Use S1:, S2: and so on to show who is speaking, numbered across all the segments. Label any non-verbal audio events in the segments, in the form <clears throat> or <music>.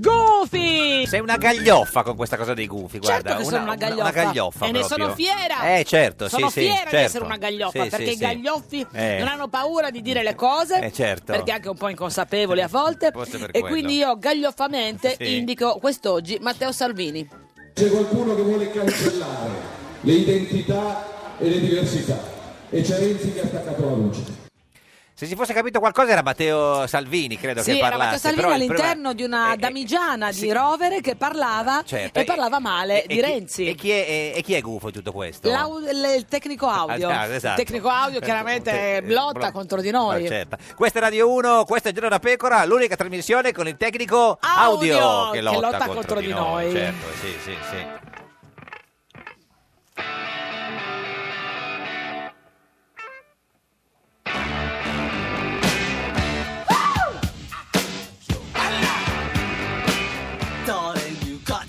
S1: Goofy!
S2: Sei una gaglioffa con questa cosa dei gufi, guarda.
S1: Certo che sono una gaglioffa.
S2: Una gaglioffa
S1: E ne
S2: proprio.
S1: sono fiera.
S2: Eh, certo,
S1: sono
S2: sì, sì,
S1: fiera
S2: certo.
S1: di essere una gaglioffa,
S2: Sì,
S1: perché
S2: sì,
S1: i
S2: sì.
S1: gaglioffi
S2: Eh.
S1: non hanno paura di dire le cose,
S2: Eh, certo.
S1: perché anche un po' inconsapevoli a volte.
S2: <laughs> Forse per
S1: E
S2: quello.
S1: quindi io gaglioffamente
S2: Sì.
S1: indico quest'oggi Matteo Salvini.
S3: C'è qualcuno che vuole cancellare le identità e le diversità e c'è Renzi che ha attaccato la luce.
S2: Se si fosse capito qualcosa era Matteo Salvini, credo
S1: Sì,
S2: che
S1: era
S2: parlasse.
S1: Matteo Salvini
S2: però il Eh,
S1: all'interno di una damigiana di rovere che parlava
S2: certo,
S1: e
S2: e-
S1: parlava male
S2: problema-
S1: di
S2: e chi-
S1: Renzi.
S2: E chi, è, e- e chi è gufo in tutto questo?
S1: L'au- le- il tecnico audio.
S2: Ah, esatto.
S1: Il tecnico audio chiaramente
S2: Eh,
S1: lotta
S2: bro-
S1: contro di noi.
S2: Ma certo. Questa è Radio 1, questo è Giorno da Pecora, l'unica trasmissione con il tecnico
S1: Audio,
S2: audio,
S1: che lotta contro di noi.
S2: Certo, sì, sì, sì.
S4: Darling, you got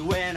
S4: when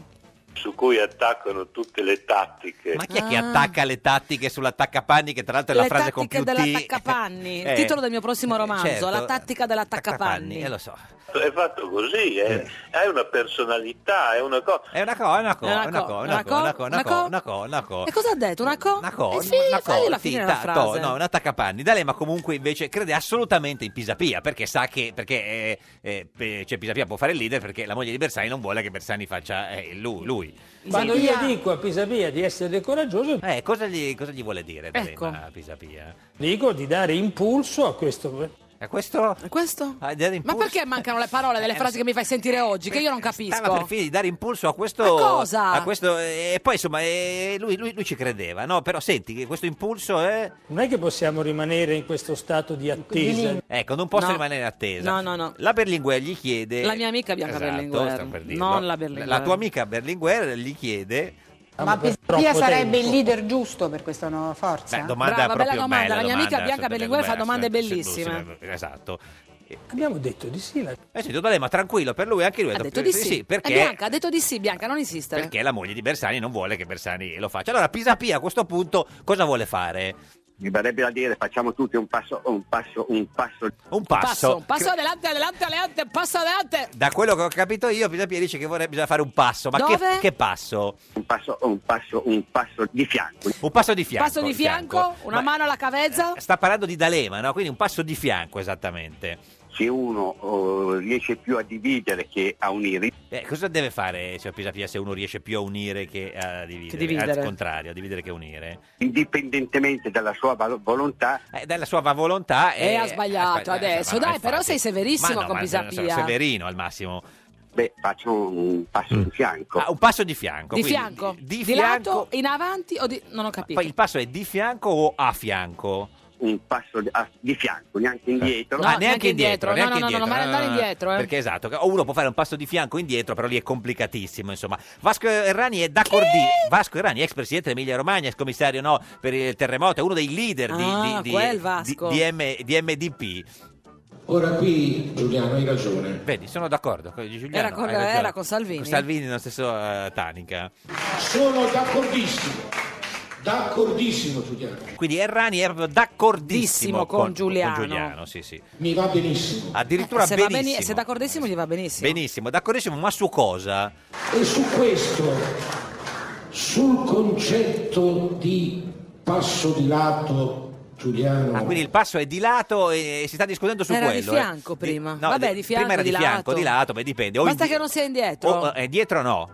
S5: su cui attaccano tutte le tattiche.
S2: Ma chi è che attacca le tattiche sull'attaccapanni? Che tra l'altro è la
S1: Ah. Le
S2: frase con
S1: tattiche
S2: più T.
S1: dell'attaccapanni, il
S2: <laughs> Eh,
S1: titolo del mio prossimo romanzo,
S2: certo.
S1: La tattica
S2: Attaccapanni,
S1: dell'attaccapanni.
S2: eh, lo so. Eh.
S5: È fatto così, è, è una personalità, è una cosa.
S2: È una cosa, è una cosa,
S1: Una
S2: è una
S1: co-
S2: cosa,
S1: una
S2: una cosa, una
S1: co-
S2: cosa, una cosa, una cosa, una cosa.
S1: E cosa ha detto? Una co?
S2: Una co,
S1: Eh, sì,
S2: una co,
S1: fagliela
S2: sì,
S1: finire
S2: ta-
S1: la
S2: to-
S1: frase.
S2: no, un attaccapanni. D'Alema comunque invece crede assolutamente in Pisapia, perché sa che perché, eh, eh, pe- cioè, Pisapia può fare il leader perché la moglie di Bersani non vuole che Bersani faccia eh, lui. lui.
S6: Quando io dico a Pisapia di essere coraggioso,
S2: Eh, cosa gli, cosa gli vuole dire
S1: Eh.
S6: Ecco.
S2: D'Alema a Pisapia?
S6: dico di dare impulso a questo.
S2: A questo?
S1: Questo?
S2: A dare
S1: Ma
S2: impulso?
S1: perché mancano le parole
S2: Eh,
S1: delle frasi che mi fai sentire oggi, che io non
S2: Stava eh, Ah, per
S1: capisco?
S2: finire di dare impulso a questo.
S1: A cosa?
S2: a questo- e poi insomma, eh, lui, lui- lui ci credeva, no? Però senti, che questo impulso eh, è.
S6: Non è che possiamo rimanere in questo stato di attesa.
S2: Ecco, non posso
S1: No.
S2: rimanere in attesa.
S1: No, no, no.
S2: La Berlinguer gli chiede.
S1: La mia amica Bianca
S2: Esatto,
S1: Berlinguer,
S2: stavo per dirlo.
S1: non la Berlinguer.
S2: La tua amica Berlinguer gli chiede.
S7: Ma
S6: per
S7: Pisapia
S6: Ah, troppo
S7: sarebbe
S6: tempo.
S7: il leader giusto per questa nuova forza?
S2: Beh, domanda
S1: Brava,
S2: proprio
S1: bella domanda.
S2: bella
S1: La mia amica
S2: domanda
S1: Bianca
S2: su
S1: Berlinguer fa domande
S2: assolutamente,
S1: bellissime.
S2: assolutamente, Esatto.
S6: Abbiamo detto di sì. la-
S2: Eh sì, D'Alema tranquillo per lui, anche lui
S1: Ha detto
S2: detto
S1: di sì.
S2: perché,
S1: Eh, Bianca ha detto di sì, Bianca, non insistere.
S2: perché la moglie di Bersani non vuole che Bersani lo faccia. Allora Pisapia a questo punto cosa vuole fare?
S8: Mi verrebbe da dire facciamo tutti un passo, un passo, un passo.
S2: Un
S1: Passo,
S2: passo.
S1: passo adelante, adelante, adelante, passo adelante.
S2: Da quello che ho capito io, Pisapia dice che vorrebbe, bisogna fare un passo. Ma che,
S1: Dove?
S2: che passo?
S8: Un passo, un passo, un passo di fianco.
S2: Un passo di fianco.
S1: passo di fianco, una
S2: Ma eh,
S1: mano alla
S8: Certo.
S1: cavezza.
S2: Sta parlando di D'Alema, no? Quindi un passo di fianco esattamente.
S8: Se uno eh, riesce più a dividere che a unire,
S2: Eh, cosa deve fare, signor Pisapia, se uno riesce più a unire che a dividere?
S1: dividere.
S2: Al contrario, a dividere che unire.
S8: indipendentemente dalla sua valo- volontà,
S2: Eh, dalla sua volontà
S1: Eh, ha sbagliato
S2: aspetta,
S1: adesso.
S2: ma no,
S1: Dai, però sei severissimo
S2: Ma no,
S1: con
S2: ma
S1: Pisapia.
S2: sono severino al massimo.
S8: beh, faccio un passo di fianco.
S2: Ah, un passo di fianco.
S1: Di
S2: quindi
S1: fianco,
S2: Di,
S1: di,
S2: fianco.
S1: lato, in avanti o di... Non ho capito.
S2: Poi il passo è di fianco o a fianco?
S8: Un passo di, a- di fianco, neanche indietro.
S1: No,
S2: Ah,
S1: neanche indietro. No,
S2: neanche
S1: no, no, no,
S2: indietro.
S1: non vale andare indietro, eh.
S2: Perché esatto, o uno può fare un passo di fianco indietro, però lì è complicatissimo, insomma. Vasco Errani è d'accordissimo. Vasco Errani, ex presidente dell'Emilia Romagna, ex commissario no, per il terremoto, è uno dei leader di,
S1: Ah,
S2: di- di-
S1: quel Vasco.
S2: di- di M- di MDP.
S9: Ora qui Giuliano hai ragione.
S2: Vedi, sono d'accordo. con Giuliano,
S1: Era con-
S2: hai ragione.
S1: era con Salvini?
S2: Con Salvini, nello stesso eh, Tanica.
S9: Sono d'accordissimo. D'accordissimo Giuliano.
S2: Quindi Errani era proprio d'accordissimo
S1: Dissimo con Giuliano.
S2: Giuliano, sì, sì.
S9: Mi va benissimo.
S2: Addirittura
S1: Eh, se, va
S2: benissimo.
S1: bene- se d'accordissimo gli va benissimo.
S2: Benissimo, d'accordissimo, ma su cosa?
S9: E su questo, sul concetto di passo di lato, Giuliano.
S2: Ah, quindi il passo è di lato e si sta discutendo su
S1: Era di
S2: quello.
S1: fianco
S2: eh.
S1: prima. Vabbè, di fianco,
S2: Prima era
S1: di
S2: di, fianco,
S1: lato.
S2: di lato, beh, dipende. O
S1: Basta
S2: indi-
S1: che non sia indietro.
S2: O, eh, dietro no.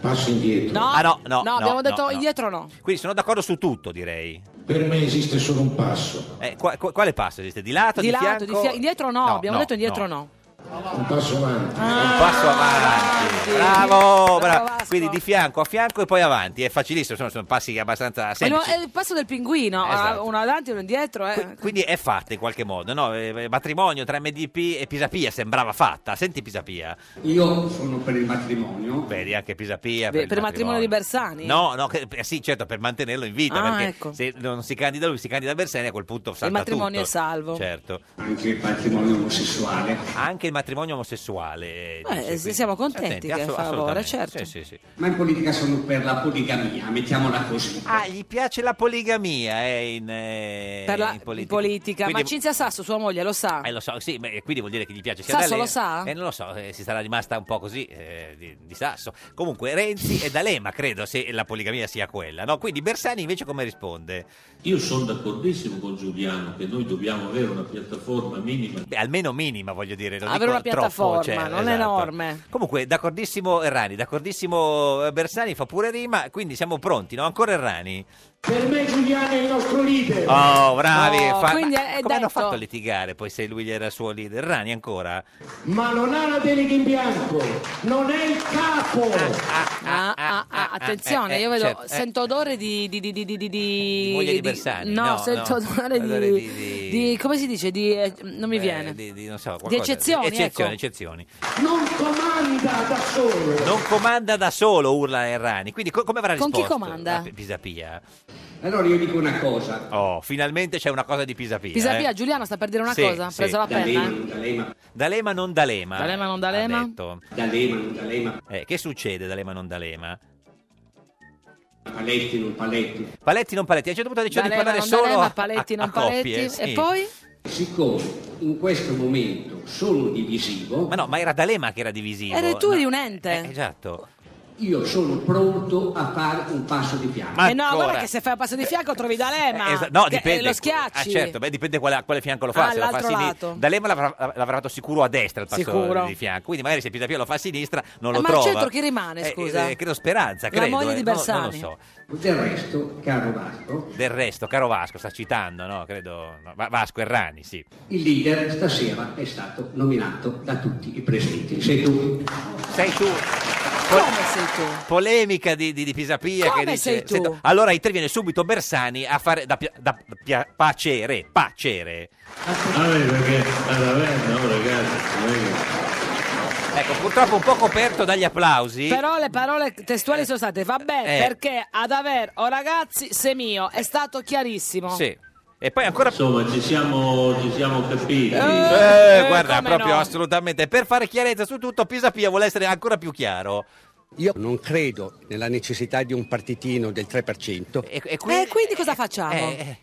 S9: Passo indietro.
S1: No,
S2: Ah, no, no, no,
S1: abbiamo
S2: no,
S1: detto
S2: no.
S1: indietro no.
S2: Quindi sono d'accordo su tutto, direi.
S9: Per me esiste solo un passo,
S2: Eh, qua- qua- quale passo esiste? Di lato,
S1: Di,
S2: di,
S1: lato,
S2: fianco?
S1: di fianco. Indietro no, abbiamo detto indietro no.
S9: un passo avanti.
S2: Un passo avanti.
S1: avanti.
S2: Bravo,
S1: Bravo,
S2: bravo.
S1: Vasco.
S2: Quindi di fianco a fianco e poi avanti. È facilissimo, sono, sono passi abbastanza
S1: È lo-
S2: semplici.
S1: È il passo del pinguino,
S2: Esatto.
S1: ah, uno avanti e uno indietro. eh.
S2: Qui- Quindi è fatta in qualche modo, no? Eh, Matrimonio tra MDP e Pisapia sembrava fatta. Senti Pisapia.
S8: Io sono per il matrimonio.
S2: Vedi anche Pisapia
S1: Beh, per il matrimonio di Bersani?
S2: No, no, che- eh, sì, certo, per mantenerlo in vita,
S1: Ah,
S2: perché
S1: ecco.
S2: se non si candida lui, si candida Bersani, a quel punto salta
S1: matrimonio
S2: tutto.
S1: è salvo.
S2: Certo.
S8: Anche il matrimonio omosessuale.
S2: Anche il matrimonio omosessuale. eh,
S1: Beh,
S2: dice,
S1: se
S2: quindi-
S1: siamo contenti che
S2: assu-
S1: fa favore,
S2: assolutamente.
S1: certo.
S2: Sì, sì, sì.
S8: Ma in politica sono per la poligamia, mettiamola così.
S2: Ah, gli piace la poligamia eh, in, eh,
S1: per la
S2: in
S1: in
S2: politica.
S1: politica. Ma
S2: Quindi-
S1: Cinzia Sasso, sua moglie, lo sa.
S2: Eh, lo so, sì, ma- eh, quindi vuol dire che gli piace. sia
S1: Sasso
S2: D'Alema-
S1: lo sa?
S2: Eh, non lo so, eh, si sarà rimasta un po' così eh, di, di Sasso. Comunque, Renzi e D'Alema, credo, se la poligamia sia quella, no? Quindi Bersani invece come risponde?
S10: Io sono d'accordissimo con Giuliano che noi dobbiamo avere una piattaforma minima.
S2: Beh, almeno minima, voglio dire. Non
S1: Avere
S2: dico
S1: una
S2: troppo,
S1: piattaforma,
S2: cioè,
S1: non
S2: esatto.
S1: enorme.
S2: Comunque, d'accordissimo Errani, d'accordissimo eh, Bersani, fa pure rima, quindi siamo pronti, no? Ancora Errani.
S9: Per me Giuliano è il nostro leader.
S2: Oh, bravi.
S1: No,
S2: fa-
S1: quindi
S2: Ma
S1: è
S2: Come hanno
S1: detto.
S2: fatto a litigare poi se lui era il suo leader? Errani ancora?
S9: Ma non ha la delega in bianco, non è il capo.
S1: Ah, ah, ah, attenzione,
S2: eh,
S1: io vedo,
S2: certo, eh.
S1: sento odore di. di, di, di, di, di,
S2: Di moglie di Bersani,
S1: No,
S2: no,
S1: sento
S2: no.
S1: odore,
S2: Odore
S1: di,
S2: di- di-
S1: di- Come si dice? Di, eh, non mi
S2: Eh,
S1: viene.
S2: di, di- non so,
S1: Di
S2: qualcosa.
S1: eccezioni.
S2: Eccezioni,
S1: ecco.
S2: eccezioni.
S9: Non comanda da solo.
S2: Non comanda da solo, urla Errani. Quindi co- come avrà
S1: Con chi
S2: risposto?
S1: comanda?
S2: Ah, P- Pisapia.
S8: Allora io dico una cosa.
S2: Oh, finalmente c'è una cosa di Pisapia.
S1: Pisapia,
S2: eh.
S1: Giuliano sta per dire una
S2: Sì,
S1: cosa. Ha
S2: sì.
S1: preso la penna. eh.
S8: D'Alema,
S2: D'Alema non D'Alema.
S1: D'Alema non
S2: ha
S1: D'Alema?
S2: detto.
S8: D'Alema, D'Alema.
S2: Eh, che succede D'Alema non D'Alema?
S10: Paletti, non paletti.
S2: Paletti non paletti, a un certo punto ha deciso di
S1: D'Alema
S2: parlare
S1: non
S2: solo
S1: D'Alema,
S2: a,
S1: Paletti
S2: a-
S1: non
S2: a coppie,
S1: Paletti.
S2: sì.
S1: E poi?
S10: Siccome in questo momento sono divisivo,
S2: Ma no, ma era D'Alema che era divisivo.
S1: Eri tu
S2: No,
S1: di un ente.
S2: Esatto.
S10: Eh, io sono pronto a fare un passo di fianco.
S2: Ma
S1: Eh no,
S2: ancora?
S1: guarda che se fai un passo di fianco trovi D'Alema.
S2: Esa- no,
S1: che-
S2: dipende.
S1: eh, Lo schiacci.
S2: Ah, certo, beh, dipende quale- a quale fianco lo
S1: Ah,
S2: fa. se lo fa a
S1: all'altro
S2: sinistra.
S1: lato.
S2: D'Alema l'avrà, l'avrà fatto sicuro a destra il passo
S1: Sicuro.
S2: di fianco. Quindi magari se Pisapia lo fa a sinistra non
S1: Eh,
S2: lo
S1: ma al
S2: trova.
S1: centro chi rimane,
S2: Eh,
S1: scusa?
S2: eh, credo Speranza,
S1: La
S2: credo.
S1: moglie di
S2: eh, non- non lo
S1: Bersani.
S2: so.
S10: Del resto, caro Vasco,
S2: Del resto, caro Vasco, sta citando, no? Credo no, Va- Vasco Errani, sì.
S10: il leader stasera è stato nominato da tutti i presenti. Sei tu?
S2: Sei tu?
S1: Come sei tu?
S2: Polemica di, di, di Pisapia
S1: Come
S2: che dice,
S1: sei tu?
S2: "Senta, allora interviene subito Bersani a fare da, pia- da pia- pacere, pacere.
S9: Ah,
S10: perché no ragazzi,
S2: Ecco, purtroppo un po' coperto dagli applausi.
S1: Però le parole testuali sono state vabbè
S2: Eh.
S1: perché ad aver o ragazzi se mio è stato chiarissimo.
S2: Sì. E poi ancora
S10: Insomma, ci siamo, ci siamo capiti.
S2: Eh, guarda,
S1: come
S2: proprio
S1: no.
S2: assolutamente. Per fare chiarezza su tutto, Pisapia vuole essere ancora più chiaro.
S4: Io non credo nella necessità di un partitino del 3%.
S2: E, Eh,
S1: Eh, quindi cosa facciamo?
S4: Eh,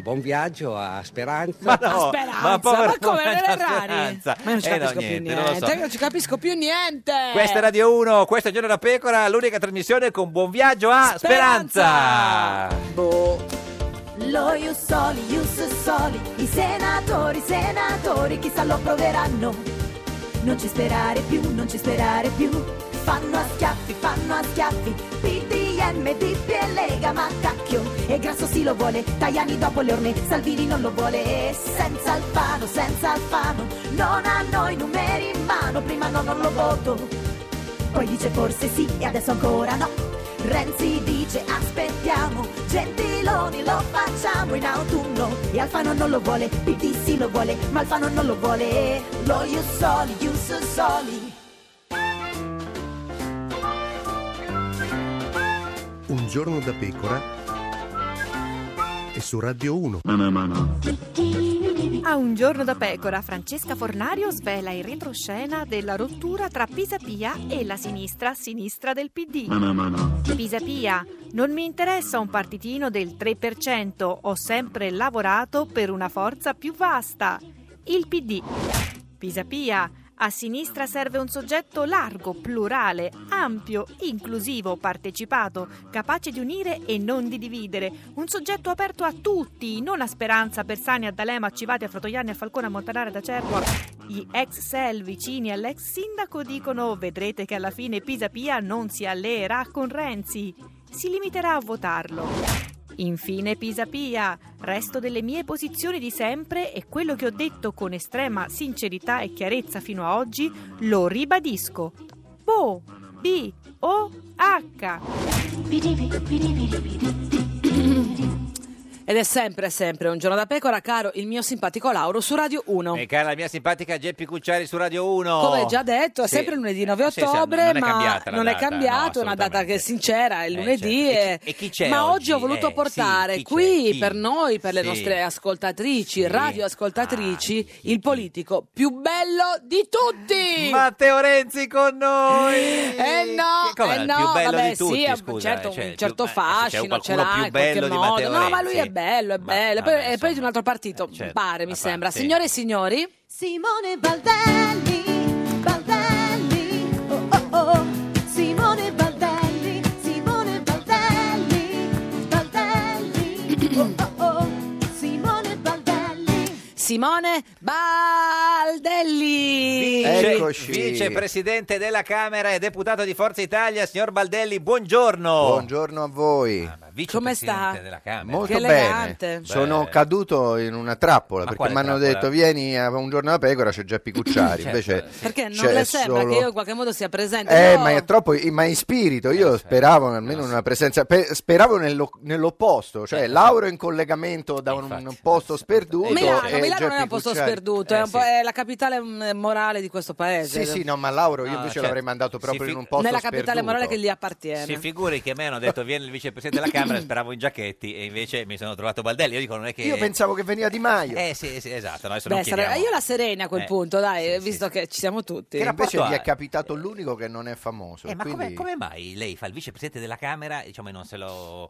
S4: Buon viaggio a Speranza.
S1: Ma no, A Speranza, ma povera- ma come, povera non è Rani? Speranza.
S4: Ma non ci
S2: Eh, no,
S4: capisco più
S2: niente, non lo
S4: niente.
S2: so.
S1: Eh, non ci capisco più niente.
S2: Questa è Radio 1, questo è Giorno da Pecora, l'unica trasmissione con buon viaggio a Speranza.
S11: Lo Ius Soli, Ius Soli, i senatori, senatori, chissà lo proveranno. Non ci sperare più, non ci sperare più. Fanno a schiaffi, fanno a schiaffi. PDM, DP e Lega, ma cacchio. E Grasso sì lo vuole, Tajani dopo Leone, Salvini non lo vuole. E senza Alfano, senza Alfano, non hanno i numeri in mano. Prima no, non lo voto. Poi dice forse sì e adesso ancora no. Renzi dice aspettiamo, Gentiloni lo facciamo in autunno e Alfano non lo vuole, PD sì lo vuole, ma Alfano non lo vuole, lo Ius Soli, Ius Soli.
S12: Un giorno da pecora e su Radio 1.
S13: A un giorno da pecora, Francesca Fornario svela il retroscena della rottura tra Pisapia e la sinistra sinistra del PD. Pisapia, non mi interessa un partitino del 3%, ho sempre lavorato per una forza più vasta, il PD. Pisapia, a sinistra serve un soggetto largo, plurale, ampio, inclusivo, partecipato, capace di unire e non di dividere. Un soggetto aperto a tutti, non a Speranza, Bersani, a D'Alema, a Civati, a Falcone, a Falcone, a Montanara, da Cervo. Gli ex sel vicini all'ex sindaco dicono vedrete che alla fine Pisapia non si alleerà con Renzi. Si limiterà a votarlo. Infine Pisapia, resto delle mie posizioni di sempre e quello che ho detto con estrema sincerità e chiarezza fino a oggi lo ribadisco. Bo, B, O, H.
S1: Ed è sempre, sempre un giorno da pecora, caro il mio simpatico Lauro su Radio 1.
S2: E cara la mia simpatica Geppi Cucciari su Radio 1.
S1: Come già detto, è
S2: Sì.
S1: sempre lunedì 9
S2: Sì, sì,
S1: ottobre,
S2: non è
S1: ma
S2: cambiata la
S1: non è
S2: data,
S1: cambiato,
S2: no,
S1: è una data che è sincera, è lunedì.
S2: certo. E chi- e chi c'è
S1: ma oggi ho
S2: oggi?
S1: voluto
S2: Eh,
S1: portare
S2: sì, chi c'è?
S1: qui
S2: Chi?
S1: per noi, per le
S2: Sì. Ah,
S1: nostre ascoltatrici, radioascoltatrici, il politico più bello di tutti!
S2: Matteo Renzi con noi!
S1: Eh no,
S2: Che- com'è,
S1: eh
S2: il
S1: no,
S2: più bello
S1: vabbè
S2: di tutti,
S1: sì,
S2: scusa,
S1: certo,
S2: cioè,
S1: un
S2: il
S1: certo
S2: più- eh, c'è
S1: fascino
S2: qualcuno
S1: ce l'ha
S2: più
S1: in qualche
S2: bello di
S1: modo.
S2: Matteo
S1: no, ma lui
S2: Renzi?
S1: è bello, è bello. E poi, e poi di un altro partito,
S2: certo,
S1: pare, mi
S2: ma
S1: sembra.
S2: sì.
S1: Signore e signori...
S11: Simone Baldelli, Baldelli, oh oh oh, Simone Baldelli, Simone Baldelli, Baldelli, oh oh oh, Simone Baldelli.
S1: Simone Baldelli. Eh,
S2: Vice- Vicepresidente della Camera e deputato di Forza Italia, signor Baldelli, buongiorno.
S1: Oh.
S14: Buongiorno a voi.
S2: Ah,
S1: Come sta?
S2: della Camera.
S14: Molto
S1: Che
S14: bene.
S1: elegante.
S14: Sono caduto in una trappola
S2: quale
S14: perché mi hanno
S2: trappola?
S14: detto vieni a un giorno da pecora c'è Geppi Cucciari.
S2: <laughs> Certo,
S14: Invece
S1: Perché non
S14: c'è
S1: le sembra
S14: solo-
S1: che io in qualche modo sia presente?
S14: Eh,
S1: No.
S14: ma è troppo ma in spirito.
S2: Eh,
S14: Io
S2: certo.
S14: speravo almeno in una presenza, pe- speravo nello- nell'opposto,
S2: Certo,
S14: cioè Lauro in collegamento da un, un posto sperduto.
S1: Milano,
S14: e
S1: Milano non è
S14: Geppi
S1: un posto
S14: Cucciari-
S2: Eh,
S1: sperduto, è, un po', è la capitale mm, morale di questo paese.
S14: Eh, Sì, sì, no, ma Lauro io
S2: No,
S14: invece
S2: certo.
S14: l'avrei mandato proprio
S2: Si
S14: in un
S2: fi-
S14: posto
S1: Nella capitale
S14: sperduto.
S1: morale che gli appartiene.
S2: Si figuri che a me hanno detto viene il vicepresidente della Camera, speravo in Giacchetti e invece mi sono trovato Baldelli. Io dico non è che...
S14: Io pensavo che veniva Di Maio.
S2: Eh sì, sì, esatto, no, adesso
S1: Beh,
S2: non
S1: sarebbe-
S2: chiediamo.
S1: io la Serena a quel
S2: Eh,
S1: punto, dai, visto che ci siamo tutti.
S14: Che invece gli è capitato l'unico che non è famoso.
S2: Eh, ma come-
S14: quindi-
S2: come mai lei fa il vicepresidente della Camera diciamo, e non se lo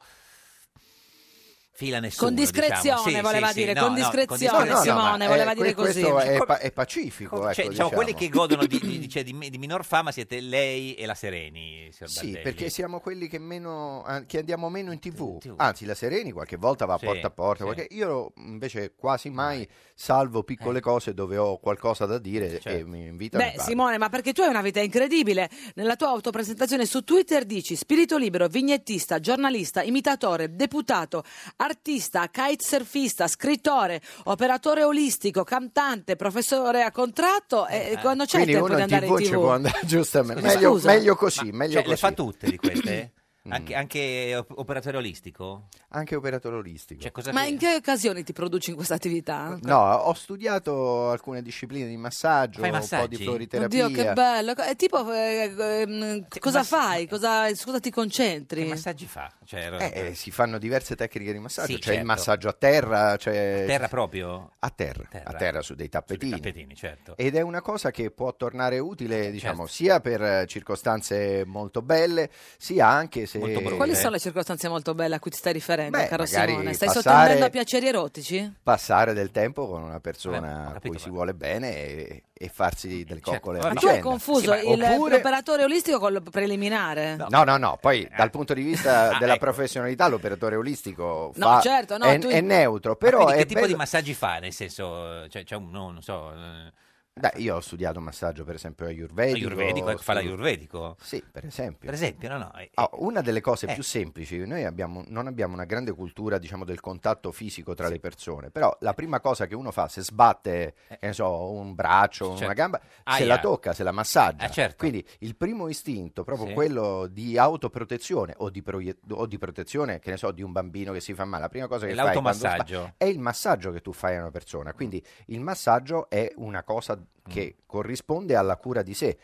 S2: fila nessuno?
S1: Con discrezione,
S2: diciamo. Sì, sì,
S1: voleva
S2: sì,
S1: dire,
S2: no,
S1: con
S2: no,
S1: discrezione,
S14: No, no, no,
S1: Simone,
S14: ma,
S1: voleva
S14: eh,
S1: dire
S14: que-
S1: così.
S14: Questo è, pa- è pacifico, ecco,
S2: Cioè, diciamo,
S14: diciamo.
S2: quelli che godono di,
S14: <coughs>
S2: di- di- cioè, di me- di minor fama siete lei e la Sereni, signor
S14: Sì,
S2: Baldelli.
S14: perché siamo quelli che, meno, ah, che andiamo meno in tv. Anzi, la Sereni qualche volta va
S2: Sì,
S14: porta a porta.
S2: sì.
S14: qualche- Io invece quasi mai salvo
S2: Eh.
S14: piccole cose dove ho qualcosa da dire e
S2: Certo.
S14: mi invitano. e
S1: Beh,
S14: vado.
S1: Simone, ma perché tu hai una vita incredibile? Nella tua autopresentazione su Twitter dici spirito libero, vignettista, giornalista, imitatore, deputato, artista, kitesurfista, scrittore, operatore olistico, cantante, professore a contratto e e quando c'è
S14: Eh, Quindi
S1: tempo
S14: uno
S1: di
S14: in
S1: andare
S14: tv,
S1: in
S14: ci può
S1: TV?
S14: andare <laughs> giustamente.
S1: Scusa.
S14: Meglio,
S1: Scusa.
S14: meglio così, meglio
S2: Cioè,
S14: così.
S2: le fa tutte
S14: <coughs>
S2: di queste? anche, anche op- operatore olistico?
S14: Mm. Anche operatore olistico.
S2: Cioè, cosa
S1: Ma in che occasioni ti produci in questa attività?
S14: No, ho studiato alcune discipline di massaggio,
S2: Fai
S14: un po'
S2: massaggi?
S14: di floriterapia.
S1: Oddio, che bello. È tipo, eh, ehm, cosa fai? Cosa, su cosa ti concentri? Che
S2: massaggi fa? Cioè,
S14: Eh, si fanno diverse tecniche di massaggio,
S2: Sì,
S14: c'è
S2: certo.
S14: il massaggio a terra, c'è...
S2: A terra
S14: Eh,
S2: proprio? eh.
S14: A terra, a terra, su dei tappetini.
S2: tappetini, certo.
S14: Ed è una cosa che può tornare utile, diciamo, sia per eh, circostanze molto belle, sia anche se...
S1: Quali sono le circostanze molto belle a cui ti stai riferendo,
S14: Beh,
S1: caro
S14: magari
S1: Simone? Stai
S14: passare-
S1: sottendendo a piaceri erotici?
S14: Passare del tempo con una persona
S2: Eh,
S14: a cui si vuole bene e, e farsi delle
S2: certo.
S14: coccole a
S1: Ma tu hai
S14: vicenda.
S1: confuso
S14: Sì, ma-
S1: il-
S14: oppure-
S1: l'operatore olistico col preliminare?
S14: No, no, no, poi
S2: eh.
S14: dal punto di vista
S2: Ah,
S14: della
S2: ecco.
S14: professionalità l'operatore olistico
S1: No,
S14: fa-
S1: certo, no,
S14: è,
S1: tu-
S14: è neutro,
S2: Ma
S14: però
S2: quindi
S14: è
S2: che tipo
S14: bello-
S2: di massaggi fa? Nel senso, eh, cioè, c'è un, no, non so, eh,
S14: Beh, io ho studiato massaggio per esempio ayurvedico.
S2: Ah, ayurvedico, ecco, fa
S14: stu-
S2: l'ayurvedico?
S14: Sì, per esempio.
S2: Per esempio, no, no. eh,
S14: Ah, una delle cose
S2: Eh.
S14: più semplici, noi abbiamo- non abbiamo una grande cultura diciamo, del contatto fisico tra le persone, però la prima cosa che uno fa se sbatte che ne so, un braccio,
S2: Eh. Certo.
S14: una gamba, se
S2: Aia.
S14: la tocca, se la massaggia.
S2: Eh, certo.
S14: Quindi il primo istinto, proprio
S2: Sì.
S14: quello di autoprotezione o di, proie- o di protezione che ne so, di un bambino che si fa male, la prima cosa
S2: È
S14: che fai quando
S2: l'automassaggio. Mm.
S14: sba- è il massaggio che tu fai a una persona. Quindi il massaggio è una cosa che corrisponde alla cura di sé.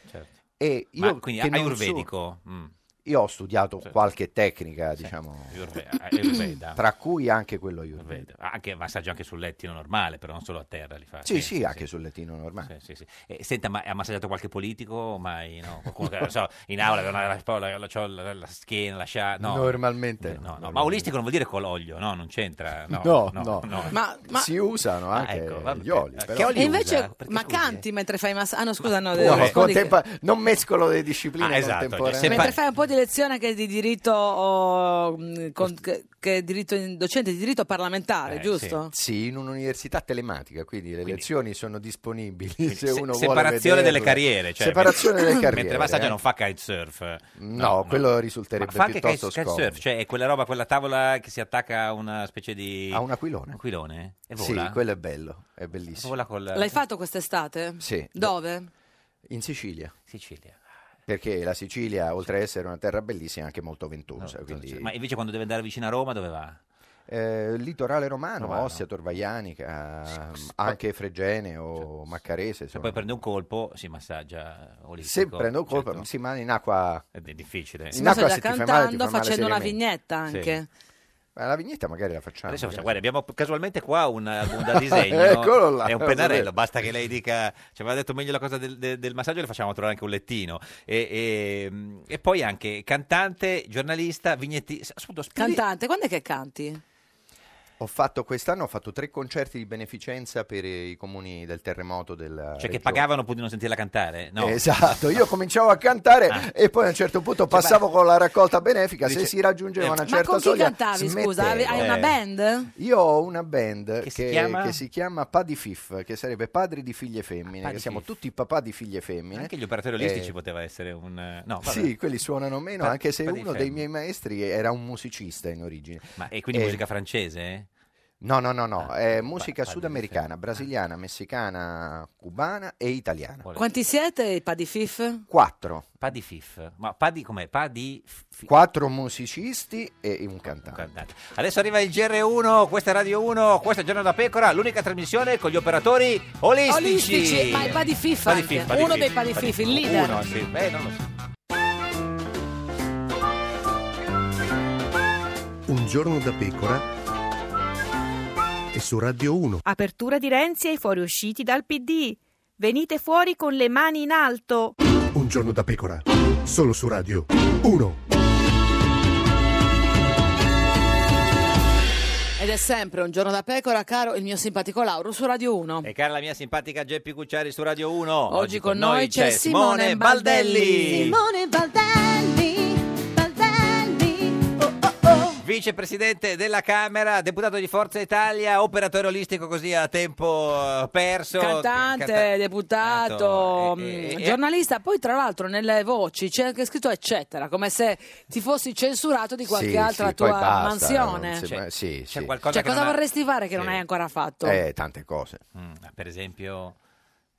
S14: E io
S2: Certo. ma quindi
S14: che non so-
S2: ayurvedico? mm,
S14: io ho studiato qualche tecnica, diciamo,
S2: ayurve- ayurveda.
S14: tra cui anche quello ayurveda.
S2: Anche massaggio anche sul lettino normale, però non solo a terra li fa.
S14: Sì, sì, anche sul lettino normale.
S2: Sì, sì. Eh, senta, ma ha massaggiato qualche politico? o Mai no? Qualcuno che, non so, in aula aveva una- la, la- c'ho la- la schiena, la scia... No,
S14: Normalmente
S2: no, no, ma olistico non vuol dire con l'olio, no? Non c'entra. No,
S14: No,
S2: no.
S14: no.
S2: no. Ah, eh.
S1: Ma- ma-
S14: Si usano eh. anche
S2: Ecco, vabbè.
S14: gli oli.
S2: Che
S14: però-
S2: oli
S1: E invece, ma
S2: scusi,
S1: canti mentre fai massa... Ah no, scusa, no,
S14: No,
S1: rispondi che-
S14: contempo- non mescolo le discipline
S2: Ah, esatto,
S14: contemporanee.
S2: cioè, se
S1: Mentre fai un po' di lezione anche di diritito, oh, mh, con- che, che è diritto in- docente, di diritto
S2: Eh,
S1: parlamentare, giusto?
S14: Eh, Sì, in un'università telematica, quindi le lezioni sono disponibili se
S2: Se-
S14: uno vuole
S2: separazione
S14: vederle.
S2: delle carriere. Cioè,
S14: separazione delle carriere.
S2: <laughs> Mentre massaggio
S14: eh.
S2: non fa kitesurf.
S14: No, quello risulterebbe
S2: Ma fa anche
S14: piuttosto
S2: kite-
S14: scomodo.
S2: kitesurf, cioè è quella roba, quella tavola che si attacca a una specie di...
S14: A un aquilone.
S2: Un aquilone? E vola?
S14: Sì, quello è bello, è bellissimo.
S2: Vola col...
S1: L'hai fatto quest'estate?
S14: Sì.
S1: Dove?
S14: In Sicilia.
S2: Sicilia.
S14: Perché la Sicilia, oltre ad essere una terra bellissima, è anche molto ventosa. quindi,
S2: Ma invece quando deve andare vicino a Roma dove va?
S14: eh, litorale romano,
S2: Romano.
S14: Ostia, Torvaianica, anche Fregene o
S2: cioè,
S14: Maccarese.
S2: Se
S14: sono-
S2: poi prende un colpo si massaggia olistico.
S14: Se prendo colpa,
S2: certo.
S14: si manda in acqua.
S2: È difficile.
S1: Si
S14: In acqua
S1: massaggia
S14: se ti fai male, ti
S1: cantando,
S14: fa male
S1: facendo una
S14: seriamente.
S1: vignetta
S14: Sì.
S1: anche.
S14: Ma la vignetta magari la facciamo.
S2: Adesso facciamo-
S14: magari.
S2: guarda, abbiamo casualmente qua un
S14: <laughs>
S2: album da disegno.
S14: eh. Eccolo là,
S2: è un
S14: lo
S2: pennarello.
S14: sapevo.
S2: Basta che lei dica. Ci aveva detto meglio la cosa del, del- del massaggio, le facciamo trovare anche un lettino. E, e- e poi anche cantante, giornalista, vignetti. Ascolta, spiri-
S1: Cantante, quando è che canti?
S14: Ho fatto quest'anno ho fatto tre concerti di beneficenza per i comuni del terremoto della
S2: Cioè, che
S14: regione.
S2: pagavano pur di non sentirla cantare? Oh. No. Ah. Cioè,
S14: Esatto, io cominciavo a cantare e poi a un certo punto passavo con la raccolta benefica, se
S2: dice-
S14: si raggiungeva
S2: eh,
S14: una
S2: Ma
S14: certa
S1: con chi
S14: soglia
S1: cantavi, scusa? Hai- hai una
S14: smettevo.
S1: band?
S14: Io ho una band che,
S2: si chiama? Ah,
S14: che si chiama Paddy Fif, che sarebbe padri di figlie femmine,
S2: Paddy
S14: che siamo
S2: Fif.
S14: tutti papà di figlie femmine.
S2: Anche gli operatori
S14: Eh,
S2: olistici poteva essere un. eh, No, vabbè.
S14: Sì, quelli suonano meno,
S2: Pa-
S14: anche se
S2: Paddy
S14: uno
S2: Femme.
S14: dei miei maestri era un musicista in origine.
S2: Ma e quindi Ah,
S14: Eh,
S2: musica francese?
S14: No, no, no, no, è musica sudamericana, brasiliana, messicana, cubana e italiana.
S1: Quanti siete i Padifif?
S14: Quattro.
S2: Padi Fif. Ma Padi com'è? Padi...
S14: Quattro musicisti e un cantante.
S2: Adesso arriva il GR1, questa è Radio 1, questo è Giorno da Pecora, l'unica trasmissione con gli operatori olistici.
S1: Olistici, ma è Padifif
S2: Padifif,
S1: anche.
S2: Padifif,
S1: Uno dei Padifif, il leader.
S2: Uno, sì. Beh, non lo so.
S12: Un giorno da pecora e su Radio 1.
S13: Apertura di Renzi ai fuoriusciti dal PD. Venite fuori con le mani in alto.
S12: Un giorno da pecora, solo su Radio 1.
S1: Ed è sempre un giorno da pecora, caro il mio simpatico Lauro su Radio 1.
S2: E cara la mia simpatica Geppi Cucciari su Radio 1. Oggi,
S1: con noi c'è Simone Baldelli.
S11: Simone Baldelli, Baldelli,
S2: Vicepresidente della Camera, deputato di Forza Italia, operatore olistico così a tempo eh, perso.
S1: Cantante,
S2: Canta-
S1: deputato,
S2: eh,
S1: mh,
S2: eh, eh.
S1: giornalista, poi tra l'altro nelle voci c'è anche scritto eccetera, come se ti fossi censurato di qualche
S14: Sì,
S1: altra
S14: sì,
S1: tua
S14: poi basta,
S1: mansione.
S14: non si- ma- sì, sì.
S1: cioè, cosa vorresti fare che non hai ancora fatto?
S14: Eh, tante cose.
S2: Mm, Per esempio,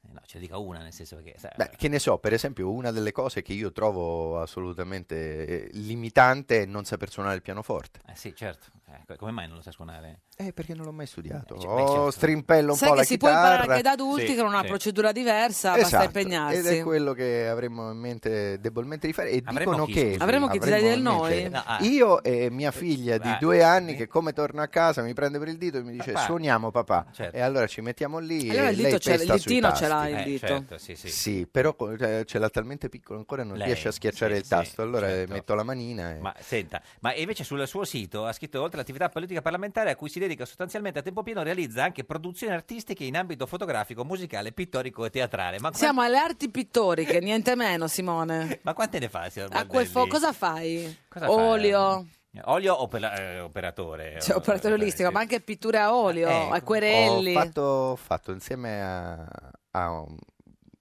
S2: eh, no, ce ne dica una, nel senso che... sai,
S14: Beh, che ne so, per esempio, una delle cose che io trovo assolutamente eh, limitante è non saper suonare il pianoforte.
S2: eh, sì, certo. Eh, come mai non lo sai suonare?
S14: Eh, perché non l'ho mai studiato.
S2: cioè, beh,
S14: oh,
S2: certo.
S14: strimpello un
S1: Sai
S14: po'
S1: che
S14: la
S1: si può
S14: chitarra.
S1: imparare anche da adulti con una procedura diversa, basta
S14: Esatto,
S1: impegnarsi.
S14: Ed è quello che avremmo in mente debolmente di fare. E
S2: Avremmo
S14: dicono
S2: chi,
S14: che
S2: scusi? Avremmo chi ti dai del
S14: in
S2: noi?
S14: mente-
S2: No, ah.
S14: Io e mia figlia di
S2: Ah,
S14: due anni, che come torno a casa mi prende per il dito e mi dice:
S2: Papà.
S14: Suoniamo, papà.
S2: Certo.
S14: E allora ci mettiamo lì.
S1: Allora
S14: e
S1: il
S14: lei
S1: dito ce l'ha-
S14: pesta
S1: il
S14: sui
S1: ditino ce l'ha,
S14: tasti.
S1: il Eh, dito. certo,
S2: sì, sì.
S14: però co- eh, ce l'ha talmente piccolo ancora non
S2: Lei,
S14: riesce a schiacciare
S2: sì,
S14: il
S2: sì, certo.
S14: tasto. Allora eh, metto la manina. E...
S2: Ma senta, ma invece sul suo sito ha scritto oltre all'attività politica parlamentare a cui si dedica sostanzialmente a tempo pieno, realizza anche produzioni artistiche in ambito fotografico, musicale, pittorico e teatrale. Ma, qua-
S1: Siamo alle arti pittoriche, niente meno,
S2: <laughs>
S1: Simone.
S2: ma quante ne fa, signor
S1: A quel
S2: Baldelli?
S1: fuoco cosa fai?
S2: Cosa fai?
S1: Olio,
S2: Olio o opera- eh, operatore?
S1: cioè, operatore olistico, ma anche pitture a olio,
S14: Eh,
S1: acquerelli.
S14: Ho fatto, ho fatto insieme a, a un,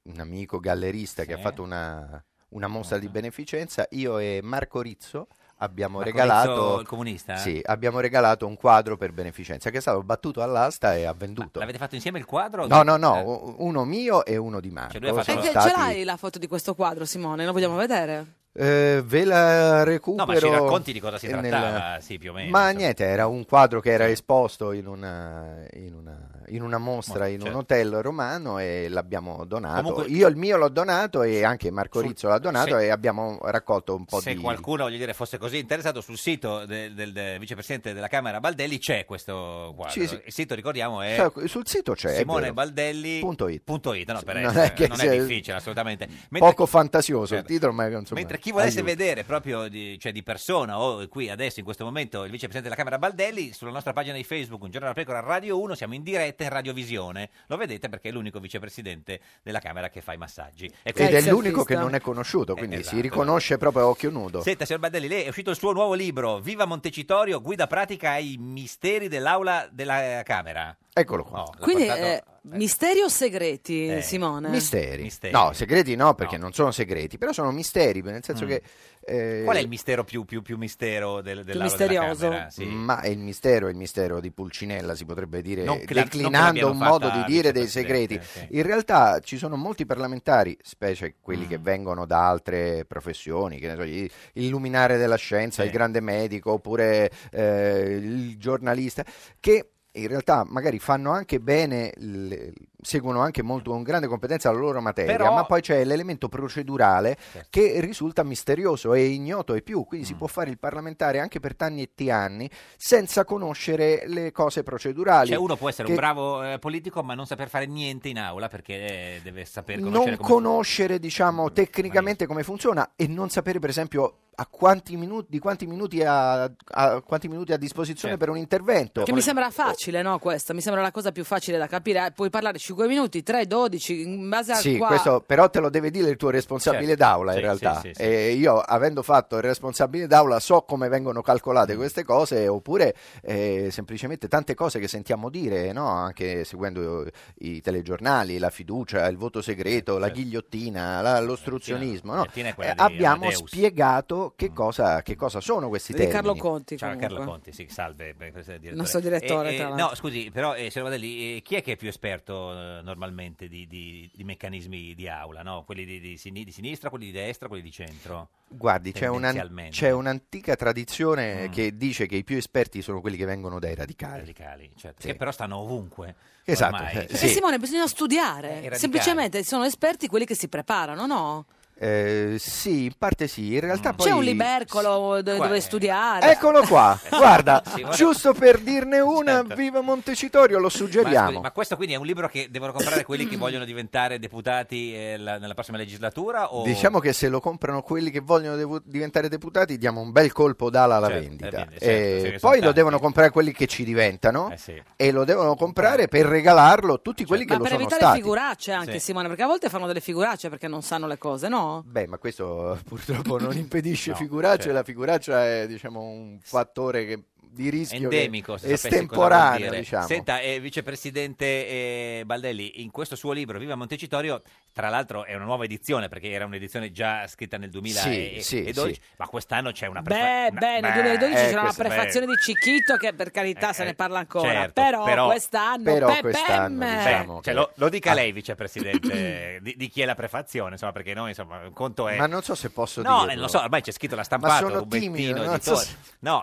S14: un amico gallerista che ha fatto una, una mostra di beneficenza. Io e Marco Rizzo abbiamo
S2: Marco
S14: regalato.
S2: Rizzo, il comunista? eh?
S14: Sì, abbiamo regalato un quadro per beneficenza che è stato battuto all'asta e ha venduto.
S2: L'avete fatto insieme il quadro?
S14: No, no, no, u- uno mio e uno di Marco.
S2: eh, Cioè, lui ha fatto-
S14: Sono
S1: E che-
S14: stati-
S1: Cioè, ce l'hai la foto di questo quadro, Simone? Lo vogliamo vedere?
S14: Eh, ve la recupero.
S2: No, ma ci racconti di cosa si
S14: eh,
S2: trattava, sì, più o meno,
S14: Ma
S2: insomma.
S14: niente, era un quadro che era esposto in una, in una, in una mostra in un
S2: certo.
S14: hotel romano e l'abbiamo donato.
S2: Comunque-
S14: Io il mio l'ho donato e anche Marco
S2: Sul-
S14: Rizzo l'ha donato
S2: se-
S14: e abbiamo raccolto un po'
S2: Se
S14: di...
S2: qualcuno voglio dire, fosse così interessato, sul sito del, del- del vicepresidente della Camera Baldelli c'è questo quadro.
S14: Sì, sì.
S2: Il sito, ricordiamo, è
S14: Cioè, sul sito c'è, è vero.
S2: simonebaldelli.it. No, per
S14: Non
S2: essere-
S14: è che
S2: non
S14: sia-
S2: è difficile, assolutamente. Certo.
S14: Poco fantasioso il titolo, ma insomma...
S2: Mentre chi volesse
S14: aiuta.
S2: vedere proprio di, cioè di persona o qui adesso in questo momento il vicepresidente della Camera Baldelli, sulla nostra pagina di Facebook Un giorno alla pecora Radio 1 siamo in diretta in radiovisione. Lo vedete perché è l'unico vicepresidente della Camera che fa i massaggi. E
S14: Ed
S2: quindi-
S14: è
S1: Ecco,
S14: l'unico che non è conosciuto, quindi
S2: Esatto.
S14: si riconosce proprio a occhio nudo.
S2: Senta, signor Baldelli, lei è uscito il suo nuovo libro, Viva Montecitorio, guida pratica ai misteri dell'aula della Camera.
S14: Eccolo qua.
S1: Quindi, eh, misteri o segreti,
S14: Eh,
S1: Simone?
S14: Misteri. No, segreti no, perché non sono segreti, però sono misteri, nel senso
S2: Mm.
S14: che... eh,
S2: Qual è il mistero più, più, più mistero del, dell'aula
S14: misterioso? Mm.
S2: della Camera? Sì.
S14: Ma è il mistero, è il mistero di Pulcinella, si potrebbe dire,
S2: Non che la- non che
S14: declinando
S2: l'abbiano
S14: un modo di
S2: fatta
S14: dire dei segreti. In realtà ci sono molti parlamentari, specie
S2: Mm.
S14: quelli che vengono da altre professioni, che ne so, il- il luminare della scienza,
S2: Sì.
S14: il grande medico, oppure eh, il giornalista, che in realtà magari fanno anche bene, le- seguono anche molto con grande competenza la loro materia,
S2: Però-
S14: ma poi c'è l'elemento procedurale
S2: Certo.
S14: che risulta misterioso e ignoto e più, quindi
S2: Mm.
S14: si può fare il parlamentare anche per tanti anni senza conoscere le cose procedurali.
S2: Cioè uno può essere un
S14: che-
S2: bravo eh, politico ma non saper fare niente in aula perché eh, deve saper conoscere
S14: non
S2: come- Mm,
S14: conoscere diciamo tecnicamente come funziona e non sapere per esempio a quanti minuti, di quanti minuti ha, a quanti minuti
S2: Certo.
S14: ha a disposizione per un intervento
S1: Che mi sembra facile, no? Questa mi sembra la cosa più facile da capire. eh, Puoi parlare ci- 5 minuti, 3, 12, in base al
S14: Sì,
S1: qua-
S14: questo però te lo deve dire il tuo responsabile
S1: Certo.
S14: d'aula in
S1: Sì,
S14: realtà.
S1: sì, sì, sì.
S14: E io avendo fatto il responsabile d'aula so come vengono
S2: Mm.
S14: calcolate queste cose oppure eh, semplicemente tante cose che sentiamo dire, no? anche seguendo i telegiornali, la fiducia, il voto segreto, la ghigliottina, la- l'ostruzionismo. no?
S2: Certo, Eh, ghigliottina è quella
S14: Eh,
S2: di
S14: abbiamo
S2: Amadeus. Mm.
S14: spiegato che cosa, che cosa sono questi
S1: Di
S14: termini.
S1: Carlo Conti,
S2: Ciao
S1: comunque.
S2: Carlo Conti, sì, salve. beh, questo è il direttore.
S1: Nostro direttore,
S2: Eh, eh,
S1: tra l'altro.
S2: no, scusi, però, eh, signor Vadelli, eh, chi è che è più esperto eh, normalmente di, di- di meccanismi di aula? no? Quelli di, di sini- di sinistra, quelli di destra, quelli di centro?
S14: Guardi, c'è, una-
S2: Tendenzialmente. Mm.
S14: c'è un'antica tradizione che dice che i più esperti sono quelli che vengono dai radicali.
S2: Radicali, certo,
S14: Sì.
S2: Che però stanno ovunque.
S14: Esatto,
S2: ormai.
S14: eh,
S1: Eh, Simone, bisogna studiare.
S14: radicale.
S1: Semplicemente sono esperti quelli che si preparano, no?
S14: Eh, sì, in parte sì, in realtà poi...
S1: C'è un libercolo do-
S14: qua
S1: dove
S14: è- Ecco,
S1: studiare.
S14: Eccolo qua,
S2: <laughs> Sì,
S14: guarda,
S2: guarda.
S14: giusto per dirne una, viva Montecitorio, lo
S2: Ma, scusi,
S14: suggeriamo.
S2: ma questo quindi è un libro che devono comprare quelli che vogliono diventare deputati eh, la- nella prossima legislatura? O...
S14: Diciamo che se lo comprano quelli che vogliono devu- diventare deputati, diamo un bel colpo d'ala alla
S2: Certo,
S14: vendita.
S2: eh, bene, certo,
S14: Eh,
S2: se ne sono
S14: poi lo
S2: tanti.
S14: devono comprare quelli che ci diventano
S2: Eh sì. Cioè,
S14: e lo devono comprare per regalarlo tutti quelli
S1: Ma
S14: che lo
S1: per
S14: sono
S1: evitare
S14: stati.
S1: figuracce anche,
S14: Sì.
S1: Simone, perché a volte fanno delle figuracce perché non sanno le cose, no?
S14: Beh, ma questo <laughs> eh, purtroppo non impedisce
S2: No,
S14: figuracce,
S2: certo.
S14: la figuraccia è diciamo un fattore che- di rischio che-
S2: endemico, se sapessi cosa vuol
S14: estemporaneo,
S2: dire.
S14: diciamo.
S2: Senta, eh, vicepresidente eh, Baldelli, in questo suo libro Viva Montecitorio, tra l'altro è una nuova edizione perché era un'edizione già scritta nel 2012,
S14: Sì, sì, sì.
S2: ma quest'anno c'è una
S1: Beh,
S2: una-
S1: beh, nel
S2: beh,
S1: 2012
S2: eh,
S1: c'era una
S2: questo-
S1: prefazione
S2: beh.
S1: di Cicchito che per carità se ne parla ancora,
S2: Certo,
S1: però,
S2: però-
S1: quest'anno
S14: però
S1: Peppe
S14: quest'anno,
S1: me-
S2: Beh,
S14: diciamo
S2: cioè,
S14: che-
S2: lo, lo dica lei,
S14: <coughs>
S2: vicepresidente, di, di chi è la prefazione, insomma, perché noi, insomma, un conto è...
S14: Ma non so se posso
S2: no,
S14: dirlo.
S2: eh, lo so, ormai c'è scritto la
S14: Ma
S2: stampata,
S14: sono timido, non so se-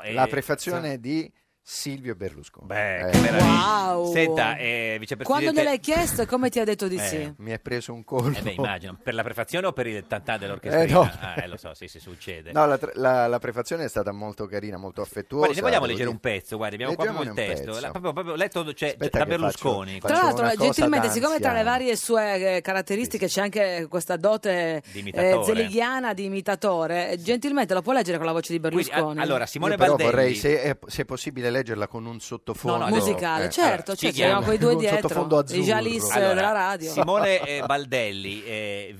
S2: eh,
S14: la prefazione di Silvio Berlusconi.
S2: Beh,
S14: Eh.
S2: che meraviglia.
S1: Wow.
S2: Senta, eh,
S1: Quando
S2: vicepresidente...
S1: gliel'hai chiesto e come ti ha detto di
S2: Eh,
S1: sì?
S14: Mi è preso un colpo.
S2: Eh beh, immagino, per la prefazione o per il tantà dell'orchestrina?
S14: Eh, no.
S2: Ah, eh, lo so, sì, sì, succede.
S14: No, la, tra- la- la prefazione è stata molto carina, molto affettuosa.
S2: Guardi, ne vogliamo
S14: devo
S2: leggere
S14: dire.
S2: un pezzo, guardi, abbiamo qua proprio il
S14: Leggiamone un
S2: testo.
S14: pezzo.
S2: La- proprio, proprio letto cioè,
S14: Aspetta
S2: da
S14: che faccio-
S2: Berlusconi.
S14: faccio
S1: Tra l'altro,
S14: una cosa
S1: gentilmente,
S14: d'anziano.
S1: siccome tra le varie sue eh, caratteristiche c'è anche questa dote
S2: Di imitatore.
S1: zelighiana di imitatore, eh, gentilmente lo può leggere con la voce di Berlusconi.
S14: Io però vorrei, se è, se è possibile, leggerla con un
S1: No,
S14: sottofondo Eh.
S1: no, musicale, certo, cioè, ci abbiamo quei due
S14: Un sottofondo
S1: dietro, i
S14: azzurro.
S1: Jalis eh,
S2: Allora,
S1: della radio.
S2: Simone eh, Baldelli, eh,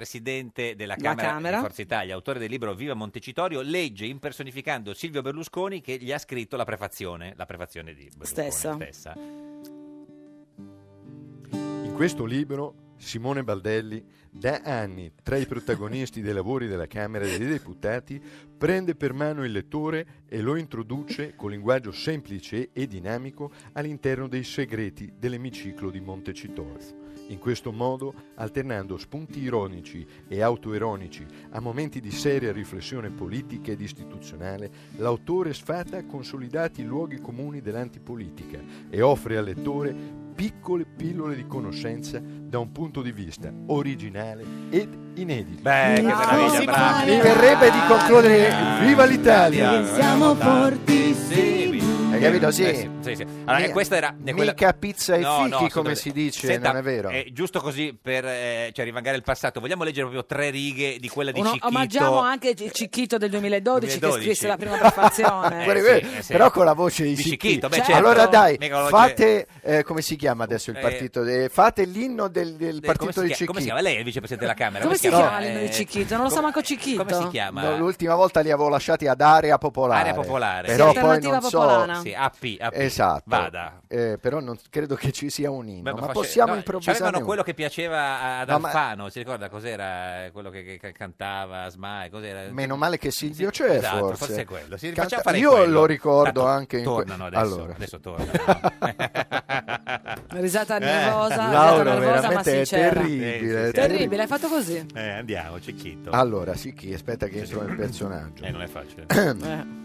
S2: vicepresidente della
S1: La
S2: Camera,
S1: Camera.
S2: di Forza Italia, autore del libro Viva Montecitorio, legge impersonificando Silvio Berlusconi che gli ha scritto la prefazione, la prefazione di Berlusconi
S1: Stessa.
S2: stessa.
S3: In questo libro Simone Baldelli, da anni tra i protagonisti dei lavori della Camera dei Deputati, prende per mano il lettore e lo introduce con linguaggio semplice e dinamico all'interno dei segreti dell'emiciclo di Montecitorio. In questo modo, alternando spunti ironici e autoironici a momenti di seria riflessione politica ed istituzionale, l'autore sfata consolidati luoghi comuni dell'antipolitica e offre al lettore piccole pillole di conoscenza da un punto di vista originale ed inedito.
S2: Beh, che meraviglia, bravo.
S3: Mi verrebbe di concludere Viva l'Italia!
S14: Siamo
S2: fortissimi.
S14: Hai capito? Sì.
S2: Allora,
S14: Mi-
S2: eh, questa era è quella-
S14: mica pizza e fichi, come
S2: assolutamente.
S14: si dice,
S2: Senta,
S14: non è vero?
S2: eh, giusto così per eh, cioè, rivangare il passato, vogliamo leggere proprio tre righe di quella di
S1: Uno-
S2: Cicchito?
S1: omaggiamo anche il Cicchito del 2012, che
S2: 2012.
S1: scrisse la prima
S14: <laughs>
S1: prefazione.
S14: Guarda,
S2: sì,
S14: guarda,
S2: <laughs> eh, sì.
S14: Però con la voce di
S2: Di
S14: Cicchito.
S2: Cicchito, beh, certo.
S14: Allora dai,
S2: Mica lo-
S14: fate eh, come si chiama adesso il
S2: Eh,
S14: partito? de- fate l'inno del, del
S2: Eh, come
S14: partito
S2: si
S14: di
S2: chia-
S14: Cicchito.
S2: Come si chiama? Lei è il vicepresidente della Camera.
S1: Come si chiama l'inno di
S2: Eh,
S1: Cicchito? Non lo sa
S2: come-
S1: manco Cicchito.
S2: Come si chiama?
S14: No, l'ultima volta li avevo lasciati ad area popolare.
S2: Area popolare.
S14: Però
S2: Sì,
S14: poi
S2: alternativa
S14: non
S2: popolana.
S14: so.
S2: Sì, AP, AP.
S14: Esatto.
S2: Vada.
S14: Eh, però non credo che ci sia un inno.
S2: Beh,
S14: ma
S2: facce-
S14: possiamo
S2: no,
S14: improvvisare.
S2: C'avevano
S14: un-
S2: quello che piaceva ad
S14: No, ma-
S2: Alfano, si ricorda cos'era eh, quello che, che- che cantava, Smai, cos'era?
S14: Meno male che Silvio
S2: Sì,
S14: c'è,
S2: esatto,
S14: forse.
S2: forse è quello. Sì,
S14: Canta-
S2: facciamo fare
S14: Io
S2: quello.
S14: lo ricordo
S2: Tanto
S14: anche in que-
S2: tornano adesso,
S14: Allora.
S2: adesso
S1: <laughs>
S2: tornano.
S1: Risata
S2: Eh.
S1: nervosa, risata
S14: Laura,
S1: nervosa ma
S14: veramente è
S1: sincera.
S14: terribile,
S2: Sì, sì, sì.
S1: Terribile, hai fatto così.
S2: Eh, andiamo, Cicchito.
S14: Allora, Sicchi, aspetta che entro nel personaggio.
S2: Eh, non
S14: <coughs>
S2: è facile.
S3: <clears throat>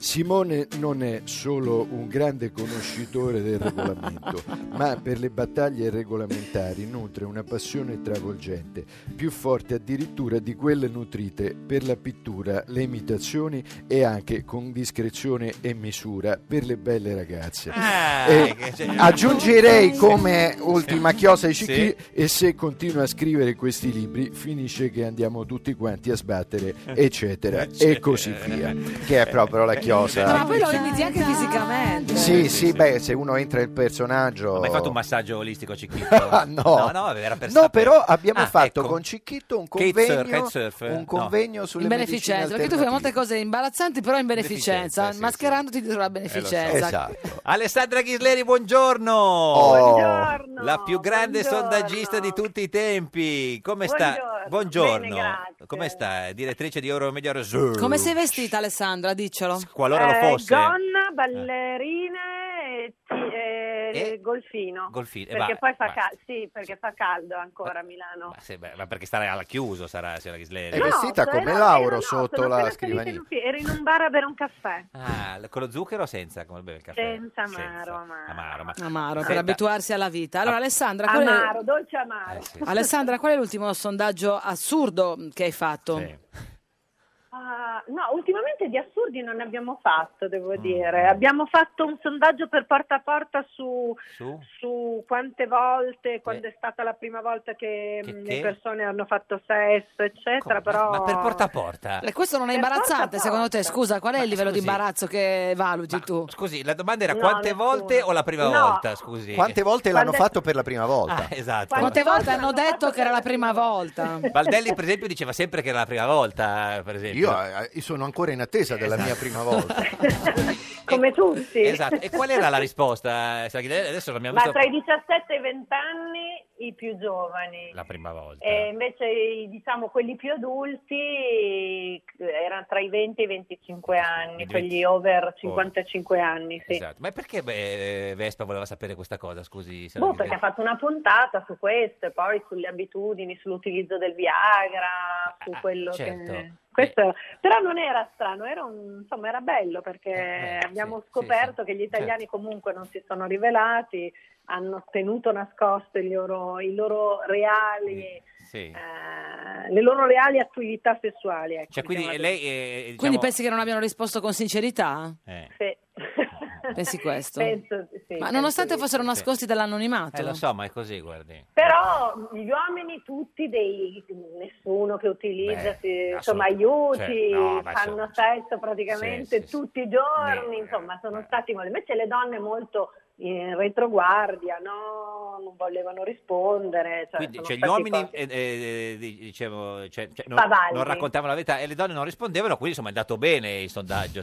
S3: Simone non è solo un grande conoscitore del
S14: <laughs>
S3: regolamento, ma per le battaglie regolamentari nutre una passione travolgente, più forte addirittura di quelle nutrite per la pittura, le imitazioni e anche con discrezione e misura per le belle ragazze. E
S14: Ah, che c'è-
S3: aggiungerei come ultima chiosa ai Cicchi
S14: Sì.
S3: e se continua a scrivere questi libri
S14: Eh,
S2: Eh,
S3: finisce che andiamo tutti quanti a sbattere, eccetera, e così via, che è proprio la
S14: macchiosa.
S1: Ma poi lo imiti anche fisicamente.
S14: Sì, sì, beh, se uno entra nel personaggio.
S2: Ma hai fatto un massaggio olistico a Cicchitto?
S14: <coughs> No.
S2: no, no, era per
S14: No,
S2: sapere.
S14: però abbiamo
S2: Ah,
S14: fatto
S2: ecco.
S14: con Cicchitto un
S2: Kitesurf,
S14: convegno,
S2: kitesurf,
S14: un
S2: eh, no.
S14: convegno sulle
S1: in
S14: medicine
S1: beneficenza, perché tu fai molte cose imbarazzanti, però in beneficenza, mascherandoti
S2: Eh,
S1: dietro la beneficenza.
S14: Esatto.
S2: Esatto. Alessandra Ghisleri, buongiorno.
S14: Buongiorno.
S2: La più grande
S15: buongiorno.
S2: sondaggista di tutti i tempi. Come sta?
S1: Buongiorno.
S15: Bene, grazie.
S2: Come sta? Direttrice di Euromedia Reserve.
S1: Come sei vestita, Alessandra? Diccelo.
S2: Qualora lo fosse.
S15: Eh,
S2: Eh.
S15: Gonna, ballerine e, ti- e golfino.
S2: Golfino, eh,
S15: Perché
S2: va-
S15: poi fa
S2: basta.
S15: caldo, sì, perché fa caldo ancora a Milano.
S2: Ah, Sì, beh, ma perché stare al chiuso sarà signora Ghisleri.
S14: È vestita
S15: sono-
S14: come
S15: no,
S14: Lauro
S15: no,
S14: sotto
S15: sono
S14: la
S15: appena salita
S14: scrivania.
S15: in ufficio, Ero in un bar a bere un caffè.
S2: Ah, con lo zucchero o senza? Come beve il caffè?
S15: Senza amaro, amaro.
S2: Amaro, ma-
S1: Amaro, per
S2: Senta,
S1: abituarsi alla vita.
S2: Ah.
S1: Allora, Alessandra, qual è-
S15: Amaro, dolce
S2: Eh,
S15: amaro.
S1: Alessandra, qual è l'ultimo sondaggio assurdo che hai fatto?
S15: Ah, no, ultimamente di assurdi non ne abbiamo fatto, devo
S2: Mm.
S15: dire. Abbiamo fatto un sondaggio per porta a porta su,
S2: Su?
S15: su quante volte, quando è stata la prima volta che,
S2: Che-
S15: mh,
S2: che?
S15: le persone hanno fatto sesso, eccetera. però...
S2: Ma per porta a porta?
S1: E Eh, questo non è
S15: Per
S1: imbarazzante,
S15: forza
S1: secondo te? Scusa, qual è il livello di
S2: scusi.
S1: imbarazzo che valuti tu?
S2: Scusi, la domanda era
S1: No,
S2: quante
S1: nessuno.
S2: volte o la prima
S1: No.
S2: volta? Scusi.
S14: Quante volte l'hanno
S2: Quante-
S14: fatto per la prima volta?
S2: Ah, <laughs> esatto.
S1: Quante volte hanno detto che era la prima volta?
S2: <laughs> Baldelli, per esempio, diceva sempre che era la prima volta, per esempio.
S14: Io eh, sono ancora in attesa della mia prima volta.
S15: Come tutti.
S2: <laughs> Esatto. E
S15: <laughs>
S2: qual era la risposta? eh, Saghi? Adesso l'abbiamo
S15: Ma
S2: visto
S15: tra i 17 e i 20 anni i più giovani.
S2: la prima volta.
S15: E invece i- diciamo quelli più adulti eh, erano tra i 20 e i 25 anni,
S2: Venti-
S15: quelli over 55 anni, sì.
S2: Esatto. Ma perché beh, eh, Vespa voleva sapere questa cosa? Scusi,
S15: Boh,
S2: signora
S15: perché ha
S2: Ghisleri?
S15: fatto una puntata su questo e poi sulle abitudini, sull'utilizzo del Viagra, su quello
S2: certo.
S15: che... Questo, però non era strano, era, un- insomma, era bello perché
S2: Eh,
S15: abbiamo scoperto che gli
S2: certo.
S15: italiani comunque non si sono rivelati, hanno tenuto nascoste i loro, i loro reali,
S2: Sì.
S15: eh, le loro reali attività sessuali. ecco,
S2: Cioè, quindi
S15: diciamo
S2: lei eh, diciamo-
S1: Quindi pensi che non abbiano risposto con sincerità?
S2: Eh.
S15: così.
S1: Pensi questo?
S15: Penso, sì,
S1: Ma
S15: penso
S1: nonostante
S15: di
S1: fossero
S15: sì.
S1: nascosti dall'anonimato.
S2: Eh, lo so, ma è così, guardi.
S15: Però gli uomini tutti, dei, nessuno che utilizza,
S2: Beh,
S15: si-
S2: assolut-
S15: insomma aiuti,
S2: cioè, no, ma
S15: fanno sesso praticamente tutti i giorni, insomma
S2: eh.
S15: sono stati molto... Invece le donne molto in retroguardia, no, non volevano rispondere. Cioè,
S2: Quindi
S15: sono
S2: cioè, gli
S15: stati
S2: uomini
S15: cose-
S2: eh, eh, di- dicevo, cioè, cioè, non,
S15: Spavaldi.
S2: non raccontavano la verità e le donne non rispondevano, quindi insomma è andato bene il sondaggio,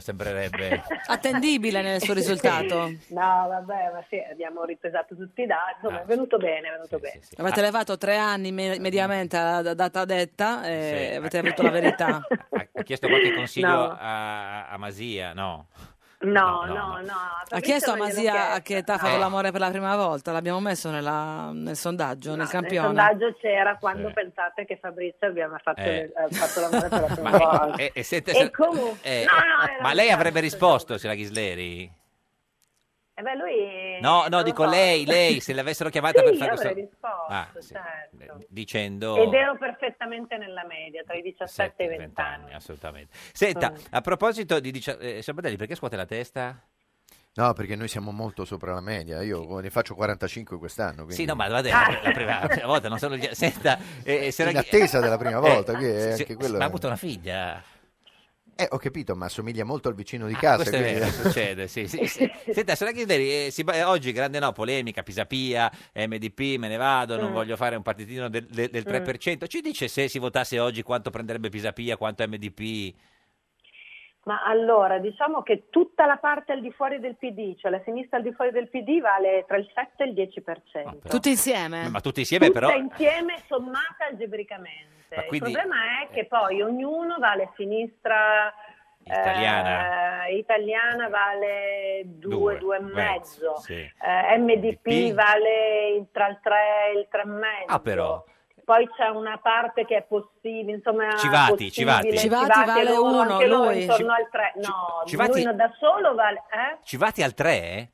S15: <laughs>
S2: sembrerebbe.
S1: Attendibile nel suo risultato.
S15: No, vabbè, ma sì, abbiamo ripesato tutti i dati, insomma è venuto bene, è venuto bene.
S1: Avete levato tre anni me- mediamente alla data detta e avete avuto la verità.
S2: <laughs> ha chiesto qualche consiglio
S1: No.
S2: a, a Masia, no?
S15: No,
S2: no, no.
S1: Ha chiesto a Masia a che età ha fatto
S2: Eh.
S1: l'amore per la prima volta, l'abbiamo messo nella- nel sondaggio, nel
S15: Nel
S1: campione.
S15: sondaggio c'era quando
S1: Sì.
S15: pensate che Fabrizio abbiamo fatto,
S2: Eh.
S15: ha fatto
S2: <laughs>
S15: l'amore per la prima
S2: Ma,
S15: volta.
S2: eh, eh, senta,
S15: E
S2: se-
S15: comunque-
S2: eh,
S15: no, no, era
S2: ma
S15: un
S2: lei
S15: cazzo,
S2: avrebbe risposto, signora Ghisleri?
S15: Eh beh, lui...
S2: No, no,
S15: non
S2: dico
S15: lo so.
S2: lei,
S15: <laughs>
S2: lei, se l'avessero chiamata per
S15: Sì,
S2: fare
S15: io avrei
S2: questo...
S15: risposto,
S2: Ah, sì.
S15: certo.
S2: Dicendo...
S15: Ed ero perfettamente nella media, tra i 17 e i 20 anni.
S2: Assolutamente. Senta,
S15: Mm.
S2: a proposito di... Dici... eh, signor Badelli, perché scuote la testa?
S14: No, perché noi siamo molto sopra la media. Io ne faccio 45 quest'anno. Quindi... Ah!
S2: Sì, no, ma guarda, la, la prima, la prima volta, non
S14: <laughs>
S2: solo... gli- Senta, eh, eh, signora
S14: In
S2: Ghi-
S14: attesa della
S2: <laughs>
S14: prima volta, che è
S2: Eh, sì, sì,
S14: anche quello-
S2: Ma ha avuto una figlia.
S14: Eh, ho capito, ma assomiglia molto al vicino di
S2: Ah,
S14: casa.
S2: questo è
S14: quindi-
S2: vero,
S3: <laughs>
S2: succede, sì, sì, sì. Senta, signora Ghisleri, eh, si ba- eh, oggi grande no, polemica, Pisapia, MDP, me ne vado, non
S15: Mm.
S2: voglio fare un partitino del, del- del
S15: Mm.
S2: 3%. Ci dice se si votasse oggi quanto prenderebbe Pisapia, quanto MDP?
S15: Ma allora, diciamo che tutta la parte al di fuori del PD, cioè la sinistra al di fuori del PD, vale tra il 7 e il 10%.
S1: Tutti insieme?
S2: Ma tutti insieme
S15: Eh. Tutta
S2: Eh però...
S15: insieme sommata algebricamente.
S2: Ma quindi- eh.
S15: Il problema è che poi ognuno vale sinistra
S2: Italiana.
S15: eh, italiana vale 2,
S2: Due,
S15: 2 e mezzo.
S2: sì.
S15: Eh, MDP
S2: MDP.
S15: vale il- tra il 3 e il 3 e mezzo.
S2: Ah, però...
S15: Poi c'è una parte che è possibile, insomma,
S2: Civati,
S15: possibile.
S2: Civati.
S1: Civati
S15: Civati
S1: vale
S15: e loro,
S1: uno,
S15: anche loro
S1: lui.
S15: intorno
S1: Ci-
S15: al 3. No,
S2: Civati-
S15: lui non da solo vale eh?
S2: Civati al 3?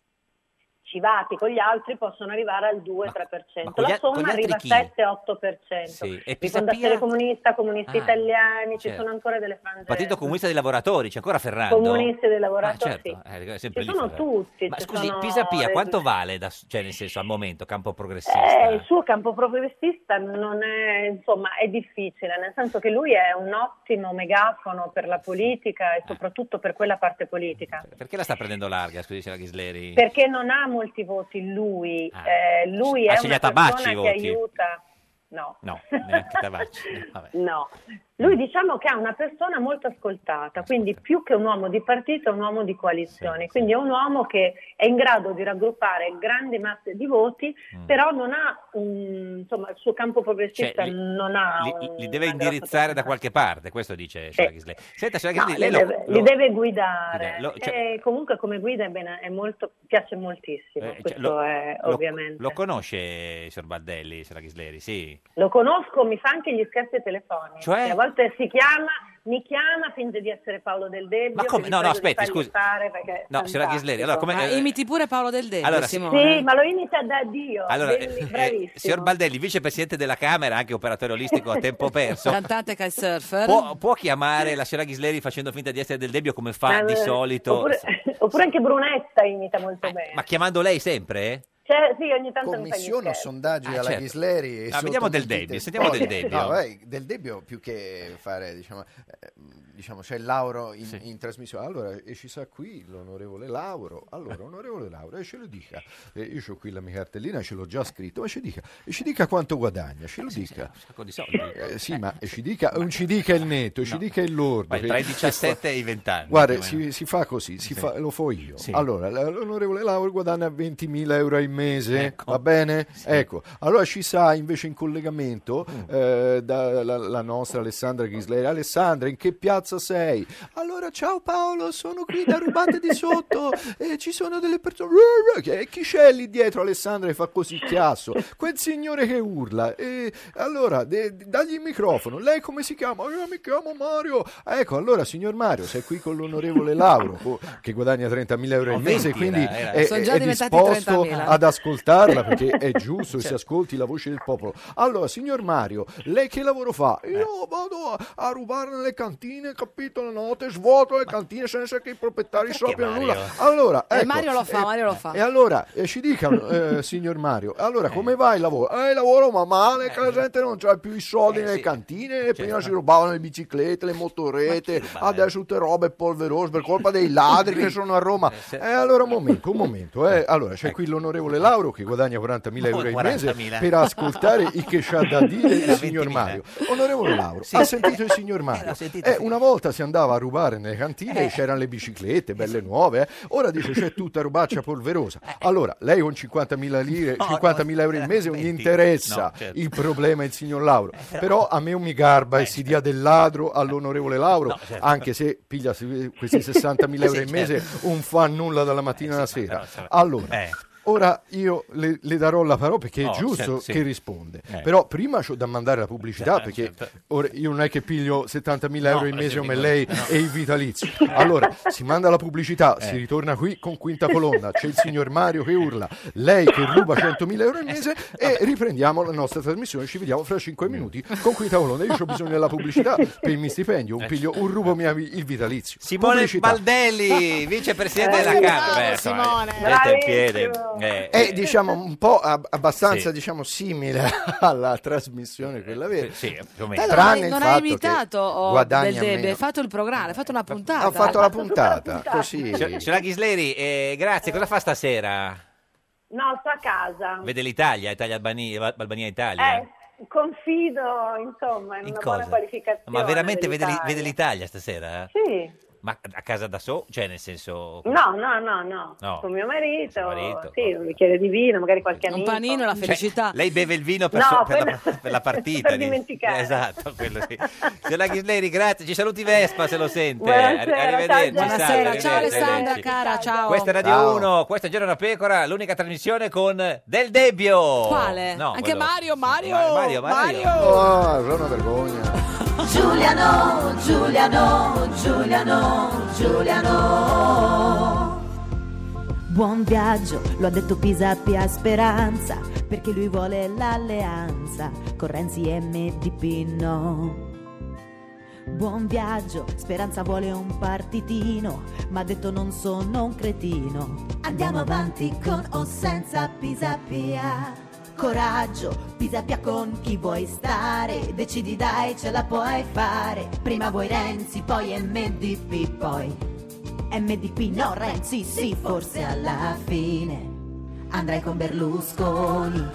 S15: civati con gli altri possono arrivare al 2-3%,
S2: con gli
S15: la
S2: al- con gli
S15: somma
S2: altri
S15: arriva
S2: chi?
S15: al 7-8%.
S2: Sì, e
S15: Ci
S2: Pisa
S15: sono
S2: Pia?
S15: Fondazione Comunista, Comunisti
S2: Ah,
S15: Italiani, ci
S2: certo.
S15: sono ancora delle frange
S2: Partito Comunista dei Lavoratori, c'è ancora Ferrando?
S15: comunisti dei
S2: Ah,
S15: lavoratori.
S2: certo, eh, è
S15: sì.
S2: sempre
S15: Ci
S2: lì
S15: sono
S2: Ferrando.
S15: tutti.
S2: Ma
S15: ci
S2: scusi,
S15: sono
S2: Pisa Pia
S15: dei-
S2: quanto vale, da- cioè nel senso al momento, campo progressista?
S15: Eh, il suo campo progressista non è, insomma, è difficile, nel senso che lui è un ottimo megafono per la politica
S2: Eh.
S15: e soprattutto per quella parte politica.
S2: Perché la sta prendendo larga, scusi, la Ghisleri?
S15: Perché non ha molti voti lui, eh, lui
S2: Ah. Ha
S15: è una
S2: scegliato a Bacci
S15: persona che
S2: i voti?
S15: aiuta. No,
S2: No, neanche Tavacci. Vabbè.
S15: no. Lui diciamo che è una persona molto ascoltata, quindi più che un uomo di partito è un uomo di coalizione, quindi è un uomo che è in grado di raggruppare grandi masse di voti,
S2: Mm.
S15: però non ha, un- insomma, il suo campo progressista
S2: Cioè, li-
S15: non ha...
S2: Li,
S15: un-
S2: li deve indirizzare da qualche parte, questo dice Sheila Ghisleri. Senta, Sheila
S15: Eh, No,
S2: Ghisleri,
S15: li,
S2: lei lo-
S15: deve,
S2: lo-
S15: li deve guidare.
S2: Eh, lo- cioè-
S15: E comunque come guida è bene, è molto, piace moltissimo,
S2: eh, cioè,
S15: questo
S2: lo-
S15: è
S2: lo-
S15: ovviamente.
S2: Lo conosce, signor Baldelli, signora Ghisleri, sì.
S15: Lo conosco, mi fa anche gli scherzi telefonici.
S2: Cioè?
S15: A volte si chiama, mi chiama, finge di essere Paolo Del Debbio.
S2: Ma
S15: che
S2: come?
S15: mi
S2: No, no,
S15: prego di
S2: aspetti,
S15: fargli
S2: scusi.
S15: fare perché è
S2: No, signora
S15: fantastico.
S2: Ghisleri, allora come...
S1: Ma
S2: eh,
S1: imiti pure Paolo Del Debbio,
S2: allora, sì.
S1: Simone.
S15: Sì, ma lo inizia da Dio.
S2: Allora,
S15: belli-
S2: eh, eh,
S15: bravissimo.
S2: signor Baldelli, vicepresidente della Camera, anche operatore
S15: <laughs>
S2: olistico
S1: <laughs>
S2: a tempo perso,
S1: Cantante kitesurfer.
S2: può, può chiamare la signora Ghisleri facendo finta di essere del debbio come fa
S15: Eh,
S2: Ah, di solito,
S15: Oppure, oppure anche Brunetta imita molto bene.
S2: ma chiamando lei sempre?
S15: Cioè, sì, ogni tanto mi fa gli
S3: Commissione o
S15: scherzi.
S3: sondaggi
S2: Ah,
S3: alla
S2: certo.
S3: Ghisleri. e
S2: Ah, vediamo Del
S3: sottomettete
S2: Debbio, sentiamo Del
S3: cose.
S2: Debbio.
S3: No, vabbè, del Debbio più che fare, diciamo, eh, diciamo, c'è Lauro in, in trasmissione. Allora, e ci sa qui l'onorevole Lauro. Allora, onorevole Lauro, e ce lo dica. Eh, io ho qui la mia cartellina, ce l'ho già scritto, ma ci dica, e ci dica quanto guadagna, ce lo dica.
S2: sacco di soldi.
S3: Eh, sì, ma e ci dica, non ci dica il netto, ci dica il lordo.
S2: Vai,
S3: che-
S2: tra i
S3: che fa-
S2: 17 e i 20 anni.
S3: Guarda,
S2: più o meno.
S3: si, si fa così, si
S2: Sì.
S3: fa- lo fo io.
S2: Sì.
S3: Allora, l- l'onorevole Lauro guadagna 20.000 euro al mese, va bene? Ecco, allora ci sa invece in collegamento
S2: Mm.
S3: eh, da- la, la nostra Alessandra Ghisleri. Alessandra, in che piazza sei? Allora, ciao Paolo, sono qui
S2: <laughs>
S3: da Rubate di Sotto e ci sono delle persone... E chi c'è lì dietro Alessandra che fa così chiasso? Quel signore che urla. E allora, de- de- dagli il microfono. Lei come si chiama? Io mi chiamo Mario. Ecco, allora, signor Mario, sei qui con l'onorevole Lauro co- che guadagna 30.000 euro
S2: Oh,
S3: al mese,
S2: 20
S3: quindi
S2: era, era.
S3: è,
S2: Sono
S3: è-
S2: già
S3: è
S2: diventati Certo.
S3: disposto
S2: 30.000.
S3: ad ascoltarla perché è
S2: <laughs>
S3: giusto che si ascolti la voce del popolo. Allora, signor Mario, lei che lavoro fa? Io vado a- a rubare nelle cantine, capito? La notte svuoto le cantine senza che i proprietari sappiano
S1: Mario?
S3: nulla. Allora,
S1: Eh,
S3: ecco,
S1: Mario lo fa,
S3: eh,
S1: Mario lo fa.
S3: e allora, eh, ci dica,
S1: <laughs>
S3: eh, Eh. signor Mario, allora come va il lavoro? Eh, il lavoro ma male, che la gente non c'ha più i soldi nelle cantine, prima si rubavano le biciclette, le motorete, adesso tutte robe polverose per colpa dei ladri
S2: <laughs>
S3: che sono a Roma. Eh, allora, un momento, un momento. eh. Oh, Allora, c'è qui l'onorevole Lauro che guadagna 40.000 euro al mese
S2: 40.000.
S3: per ascoltare i che c'ha da <laughs> dire il
S2: Da
S3: signor
S2: 20.000.
S3: Mario.
S14: Eh,
S3: Onorevole Lauro, ha sentito il signor
S2: <laughs>
S3: Mario? Eh, una volta si andava a rubare nelle
S2: Eh.
S3: cantine, c'erano le biciclette, belle
S2: Esatto.
S3: nuove, eh. ora dice c'è tutta rubaccia polverosa.
S2: Eh.
S3: Allora, lei con 50.000 lire, 50.000 euro al mese non gli interessa
S2: No, certo. Eh,
S3: il problema è il signor Lauro, però a me non mi garba e si dia del ladro all'onorevole Lauro,
S2: certo.
S3: anche se piglia se- questi 60.000 euro
S2: <laughs> Sì,
S3: al mese,
S2: certo. Eh,
S3: non fa nulla dalla mattina alla sera. Allora... Ora io le, le darò la parola perché è
S2: Oh,
S3: giusto
S2: certo, sì.
S3: che risponde,
S2: Eh.
S3: però prima ho da mandare la pubblicità
S2: Certo,
S3: perché
S2: certo.
S3: ora io non è che piglio 70.000
S2: No, eh,
S3: euro al
S2: sì,
S3: mese come
S2: figurati,
S3: lei
S2: no.
S3: e i vitalizi. Allora si manda la pubblicità, si
S2: Eh.
S3: ritorna qui con quinta colonna, c'è il signor Mario che urla, lei che ruba 100.000 euro al mese
S2: Eh,
S3: e riprendiamo la nostra trasmissione, ci vediamo fra 5
S2: Mm.
S3: minuti con quinta colonna. Io ho bisogno della pubblicità per il mio stipendio, un piglio, un rubo mia- il vitalizio.
S2: Eh. Simone
S3: Pubblicità.
S2: Baldelli, vicepresidente della
S3: Eh,
S2: Camera.
S3: bravo,
S2: Beh, insomma,
S3: Simone.
S2: gente in piedi. Eh,
S3: È diciamo un po' ab- abbastanza
S2: Sì. Eh,
S3: diciamo,
S14: <laughs>
S3: simile alla trasmissione quella vera.
S2: Sì, più o
S1: Beh,
S3: meno.
S1: allora,
S3: Tranne il
S1: non hai
S3: fatto che
S1: imitato oh,
S3: guadagna
S1: Del Debbio,
S3: meno.
S1: hai fatto il programma, hai fatto una puntata.
S3: Ha fatto la puntata, così.
S2: Signor- Signora Ghisleri, eh, grazie, cosa fa stasera?
S15: No, sto a casa.
S2: Vede l'Italia, Italia-Albania, Albania-Italia?
S15: Eh, confido, insomma, in,
S2: In
S15: una
S2: cosa?
S15: buona qualificazione.
S2: Ma veramente vede,
S15: dell'Italia.
S2: l'I- vede l'Italia stasera?
S15: Sì.
S2: Ma a casa da solo? Cioè, nel senso...
S15: No, no, no, no,
S2: No.
S15: Con mio marito,
S2: Suo marito,
S15: sì, un bicchiere di vino, magari qualche amico.
S1: Un panino e la felicità.
S2: Lei beve il vino per,
S15: No,
S2: so- per la,
S15: quello-
S2: per la partita.
S15: per
S2: di-
S15: dimenticare.
S2: Esatto, quello sì. Signora Ghisleri, grazie. Ci saluti Vespa se lo sente.
S1: Buonasera,
S2: Arri-
S1: ciao,
S2: arrivederci. salve,
S1: Buonasera, ciao
S2: arrivederci.
S1: Alessandra, cara, ciao.
S2: Questa è Radio 1, questa è Giorno da Pecora, l'unica trasmissione con Del Debbio.
S1: Quale?
S2: No,
S1: Anche
S2: quello-
S1: Mario, Mario,
S2: Mario, Mario.
S3: Oh, è una vergogna.
S11: Giuliano, Oh. Giuliano, Giuliano, Giuliano. Buon viaggio, lo ha detto Pisappi a Speranza, perché lui vuole l'alleanza con Renzi e MDP no. Buon viaggio, Speranza vuole un partitino, ma ha detto non sono un cretino. Andiamo avanti con o senza Pisapia. Coraggio, Pisapia con chi vuoi stare, decidi dai ce la puoi fare. Prima vuoi Renzi, poi MDP, poi MDP, no Renzi, sì, forse alla fine andrai con Berlusconi.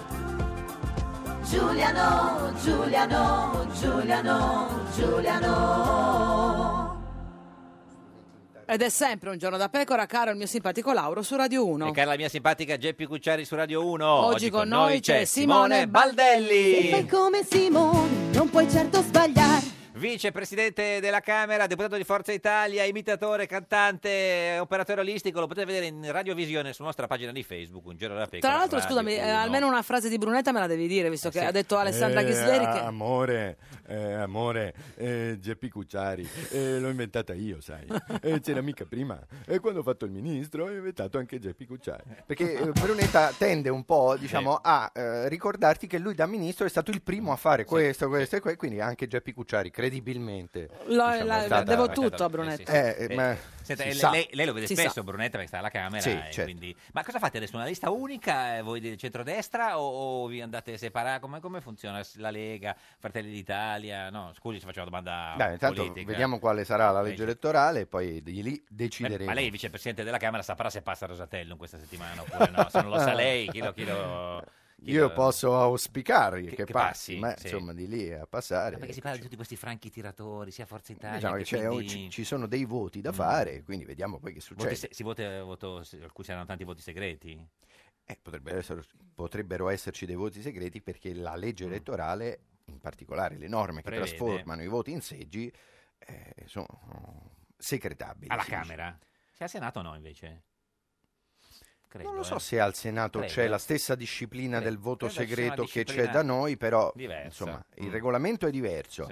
S11: Giuliano, Giuliano, Giuliano, Giuliano.
S1: Ed è sempre un giorno da pecora, caro il mio simpatico Lauro su Radio 1.
S2: E cara la mia simpatica Geppi Cucciari su Radio 1. Ecco, Oggi,
S1: con noi c'è Simone
S11: Se fai
S2: Baldelli,
S11: come Simone, non puoi certo sbagliar.
S2: vicepresidente della Camera, deputato di Forza Italia, imitatore, cantante, operatore olistico. Lo potete vedere in radiovisione sulla nostra pagina di Facebook. Un giorno da pecora.
S1: Tra l'altro,
S2: Radio
S1: scusami, eh,
S2: 1.
S1: almeno una frase di Brunetta me la devi dire, visto che ha detto Alessandra
S16: Eh,
S1: Ghisleri
S16: ah,
S1: che...
S16: Amore, eh, amore, eh, Geppi Cucciari, eh, l'ho inventata io, sai. Eh, c'era mica prima. E quando ho fatto il ministro ho inventato anche Geppi Cucciari.
S14: Perché eh, Brunetta tende un po' diciamo, a eh, ricordarti che lui da ministro è stato il primo a fare questo, questo e quello, quindi anche Geppi Cucciari, credibilmente.
S1: Lo-
S14: diciamo,
S1: la-
S14: è stata-
S1: devo tutto a Brunetta.
S14: Eh, eh, ma
S2: Senta,
S14: si
S2: eh,
S14: sa.
S2: lei, lei lo vede
S14: Si
S2: spesso
S14: sa.
S2: Brunetta perché sta alla Camera
S14: Sì,
S2: e
S14: certo.
S2: quindi- ma cosa fate adesso? Una lista unica eh, voi del centrodestra o, o vi andate separati? Come, come funziona la Lega, Fratelli d'Italia? No, scusi se faccio una domanda
S14: Dai, intanto
S2: politica.
S14: vediamo quale sarà la legge elettorale e poi di lì decideremo.
S2: Ma lei, vicepresidente della Camera, saprà se passa Rosatello in questa settimana oppure no? Se non lo sa lei, chi lo... Chi lo... chi
S14: Io
S2: lo-
S14: posso auspicare che,
S2: che
S14: passi,
S2: passi,
S14: ma
S2: sì.
S14: insomma di lì a
S2: Ah,
S14: passare.
S2: Perché si parla di tutti questi franchi tiratori, sia Forza Italia
S14: Diciamo che
S2: che
S14: c'è-
S2: PD.
S14: ci, ci sono dei voti da
S2: Mm.
S14: fare, quindi vediamo poi che
S2: Voti
S14: succede.
S2: se- si vota, voto, se- alcuni saranno tanti voti segreti?
S14: Eh, potrebbero, essere- potrebbero esserci dei voti segreti perché la legge elettorale, in particolare le norme che
S2: Mm. Prevede.
S14: trasformano i voti in seggi, eh, sono secretabili.
S2: Alla
S14: si dice.
S2: Camera? Se al Senato no, invece? Credo,
S14: Non lo so
S2: eh.
S14: se al Senato c'è
S2: Credo.
S14: la stessa disciplina
S2: Credo.
S14: del voto
S2: Credo ci sia una
S14: segreto che Eh, c'è
S2: disciplina
S14: da noi, però
S2: diversa.
S14: insomma, il
S2: Mm.
S14: regolamento è diverso.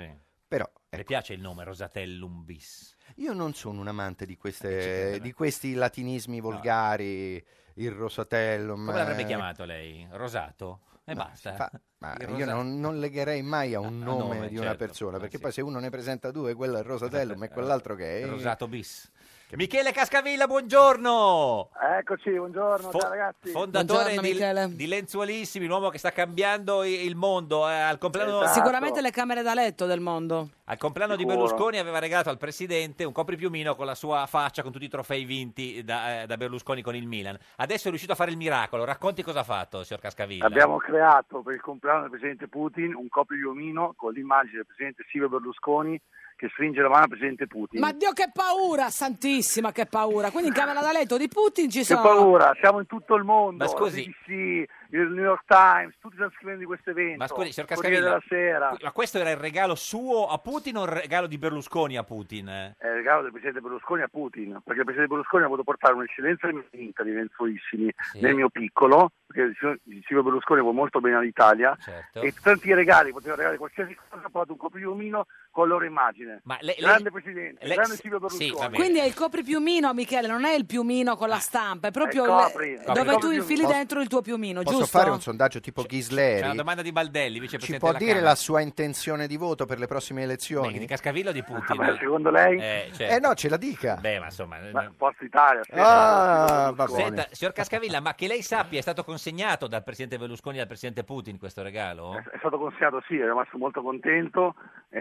S14: Però
S2: Le piace il nome Rosatellum bis?
S14: Io non sono un amante di, queste-
S2: Eccetera.
S14: di questi latinismi volgari, il Rosatellum.
S2: Come l'avrebbe
S14: eh,
S2: chiamato lei? Rosato? E
S14: Ma
S2: basta.
S14: si fa- ma
S2: Il
S14: io
S2: rosa-
S14: non, non legherei mai Ah, a un nome, Ah,
S2: nome,
S14: di una
S2: certo.
S14: persona, perché
S2: sì.
S14: poi se uno ne presenta due, quello è il Rosatellum <laughs> e quell'altro che è...
S2: Rosato bis. Michele Cascavilla, buongiorno!
S17: Eccoci, buongiorno, ciao ragazzi.
S2: Fondatore di, di Lenzuolissimi, l'uomo che sta cambiando i- il mondo. eh, al, compleanno,
S17: Esatto.
S1: Esatto. Sicuramente le camere da letto del mondo.
S2: al compleanno di
S1: Sicuro.
S2: Berlusconi aveva regalato al presidente un copripiumino con la sua faccia, con tutti i trofei vinti da, eh, da Berlusconi con il Milan. Adesso è riuscito a fare il miracolo. Racconti cosa ha fatto, signor Cascavilla.
S17: Abbiamo creato per il compleanno del presidente Putin un copriumino con l'immagine del presidente Silvio Berlusconi che stringe la mano al presidente Putin.
S1: Ma Dio che paura, santissima che paura. Quindi in camera da letto di Putin ci
S17: che
S1: sono...
S17: paura, siamo in tutto il mondo,
S2: Ma scusi-
S17: la BBC, il New York Times, tutti stanno scrivendo di questo evento.
S2: Ma scusi, signor
S17: Corriere
S2: Cascavilla,
S17: della Sera,
S2: ma questo era il regalo suo a Putin o il regalo di Berlusconi a Putin? eh?
S17: è il regalo del presidente Berlusconi a Putin, perché il presidente Berlusconi ha voluto portare un'eccellenza riunita di lenzuolissimi nel mio piccolo, perché il signor- il Silvio Berlusconi vuole molto bene all'Italia,
S2: Certo.
S17: e tanti regali, poteva regalare qualsiasi cosa, ha provato un copriumino con la loro immagine.
S2: Ma lei- lei-
S17: grande presidente,
S2: lei-
S17: grande
S2: sì,
S17: Silvio
S2: sì,
S17: Berlusconi.
S2: va bene.
S1: Quindi è il copripiumino, Michele, non è il piumino con la stampa, è proprio
S17: Eh,
S1: il-
S17: copri.
S1: dove
S2: Copri.
S1: tu infili
S2: Posso-
S1: dentro il tuo piumino,
S14: Posso
S1: giusto?
S14: fare un sondaggio tipo
S2: C'è una
S14: Ghisleri?
S2: domanda di Baldelli,
S14: Ci
S2: vicepresidente
S14: può
S2: della
S14: dire
S2: Camera.
S14: la sua intenzione di voto per le prossime elezioni?
S2: Di Cascavilla o di Putin?
S14: Vabbè,
S17: Ah, secondo lei?
S2: Eh, certo. Eh,
S14: Eh no, ce la dica.
S2: Beh, ma insomma...
S17: Ma Forza Italia. sì,
S14: Ah,
S17: Silvio
S14: va
S17: Berlusconi.
S14: bene.
S2: Senta, signor Cascavilla, ma che lei sappia è stato consegnato dal presidente Berlusconi al presidente Putin questo regalo?
S17: È stato consigliato, sì, è rimasto molto contento,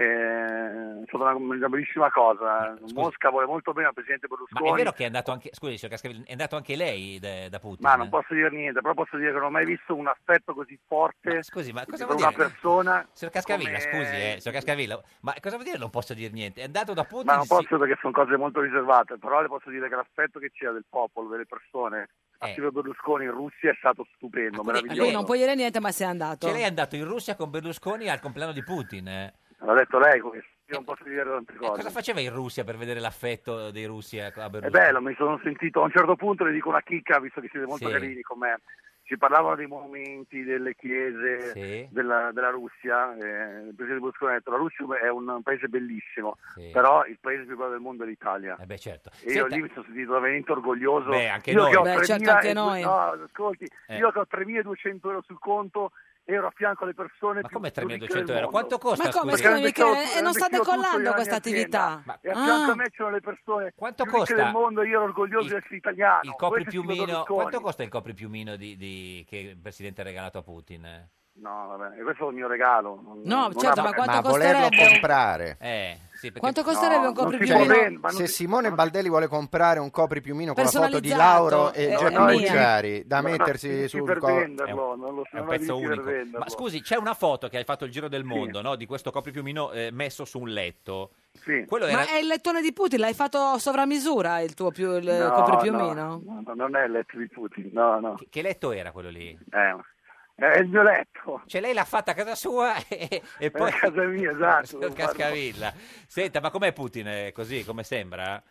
S17: eh, è stata una, una bellissima cosa. Mosca vuole molto bene al presidente
S2: Ma
S17: Berlusconi.
S2: è vero che è andato anche, scusi, signor Cascavilla, è andato anche lei da, da Putin?
S17: Ma non posso dire niente, però posso dire che non ho mai visto un affetto così forte
S2: Scusi, ma cosa
S17: per
S2: vuol
S17: una
S2: dire?
S17: persona.
S2: Signor Cascavilla,
S17: come-
S2: scusi, eh, signor Cascavilla, ma cosa vuol dire non posso dire niente? È andato da Putin?
S17: Ma non
S2: sì.
S17: posso perché sono cose molto riservate, però le posso dire che l'affetto che c'era del popolo, delle persone, a
S2: Eh.
S17: Silvio Berlusconi in Russia è stato stupendo,
S1: Lui
S17: meraviglioso.
S1: non può dire niente, ma sei andato.
S2: Cioè lei è andato in Russia con Berlusconi al compleanno di Putin? eh?
S17: L'ha detto lei questo. io non posso dire tante cose. Eh
S2: Cosa faceva in Russia per vedere l'affetto dei russi a a
S17: È
S2: Berlusconi?
S17: bello, mi sono sentito a un certo punto, le dico una chicca, visto che siete molto
S2: Sì.
S17: carini con me. Ci parlavano dei monumenti, delle chiese,
S2: Sì.
S17: della, della Russia. eh, il presidente Berlusconi ha detto la Russia è un paese bellissimo,
S2: Sì.
S17: però il paese più bello del mondo è l'Italia.
S2: Eh beh, certo.
S17: E io
S2: Senta-
S17: lì mi sono sentito veramente orgoglioso.
S2: Beh, anche
S17: io
S2: noi.
S17: Che ho
S2: Beh, certo,
S17: 3.000
S2: anche
S17: e due-
S2: noi.
S17: No, ascolti,
S2: Eh.
S17: io che ho 3.200 euro sul conto ero a fianco alle persone Ma come
S2: 3.200 euro? Quanto costa, Ma come, scusi? eh,
S1: scusi, Michele, e non sta decollando questa attività?
S17: E a fianco
S1: Ah.
S17: a me c'erano le persone Quanto più
S2: costa
S17: ricche del mondo, io ero orgoglioso di essere italiano.
S2: Il
S17: Questo è Silvio
S2: copripiumino,
S17: Berlusconi.
S2: quanto costa il copripiumino di, di- che il presidente ha regalato a Putin? eh?
S17: No, vabbè, e questo è il mio regalo. Non-
S1: No,
S17: non
S1: certo,
S17: ha-
S1: ma quanto
S14: ma volerlo
S1: costerebbe?
S14: comprare.
S2: Eh, sì, perché...
S1: Quanto costerebbe un copripiumino?
S14: se Simone Baldelli vuole comprare un copripiumino con la foto di
S1: Personalizzato,
S14: Lauro e
S1: eh,
S14: Giorgio
S1: è mia.
S14: Pucciari da
S2: Ma no,
S14: mettersi
S2: sì,
S14: sul
S17: per
S14: co-
S17: venderlo, non lo so,
S2: È un
S17: non
S2: pezzo
S17: dici per
S2: unico.
S17: venderlo.
S2: Ma scusi, c'è una foto che hai fatto il giro del mondo, no? Di questo copripiumino eh, messo su un letto. Quello era...
S1: Ma è il lettone di Putin, l'hai fatto sovrammisura il tuo più, il
S17: No,
S1: copripiumino?
S17: no, no, non è il letto di Putin, no, no.
S2: Che letto era quello lì?
S17: Eh, è il mio letto.
S2: Cioè lei l'ha fatta a casa sua <laughs> e, e poi...
S17: a casa mia, esatto.
S2: Signor <laughs> Cascavilla. Senta, ma com'è Putin? eh, Così, come sembra?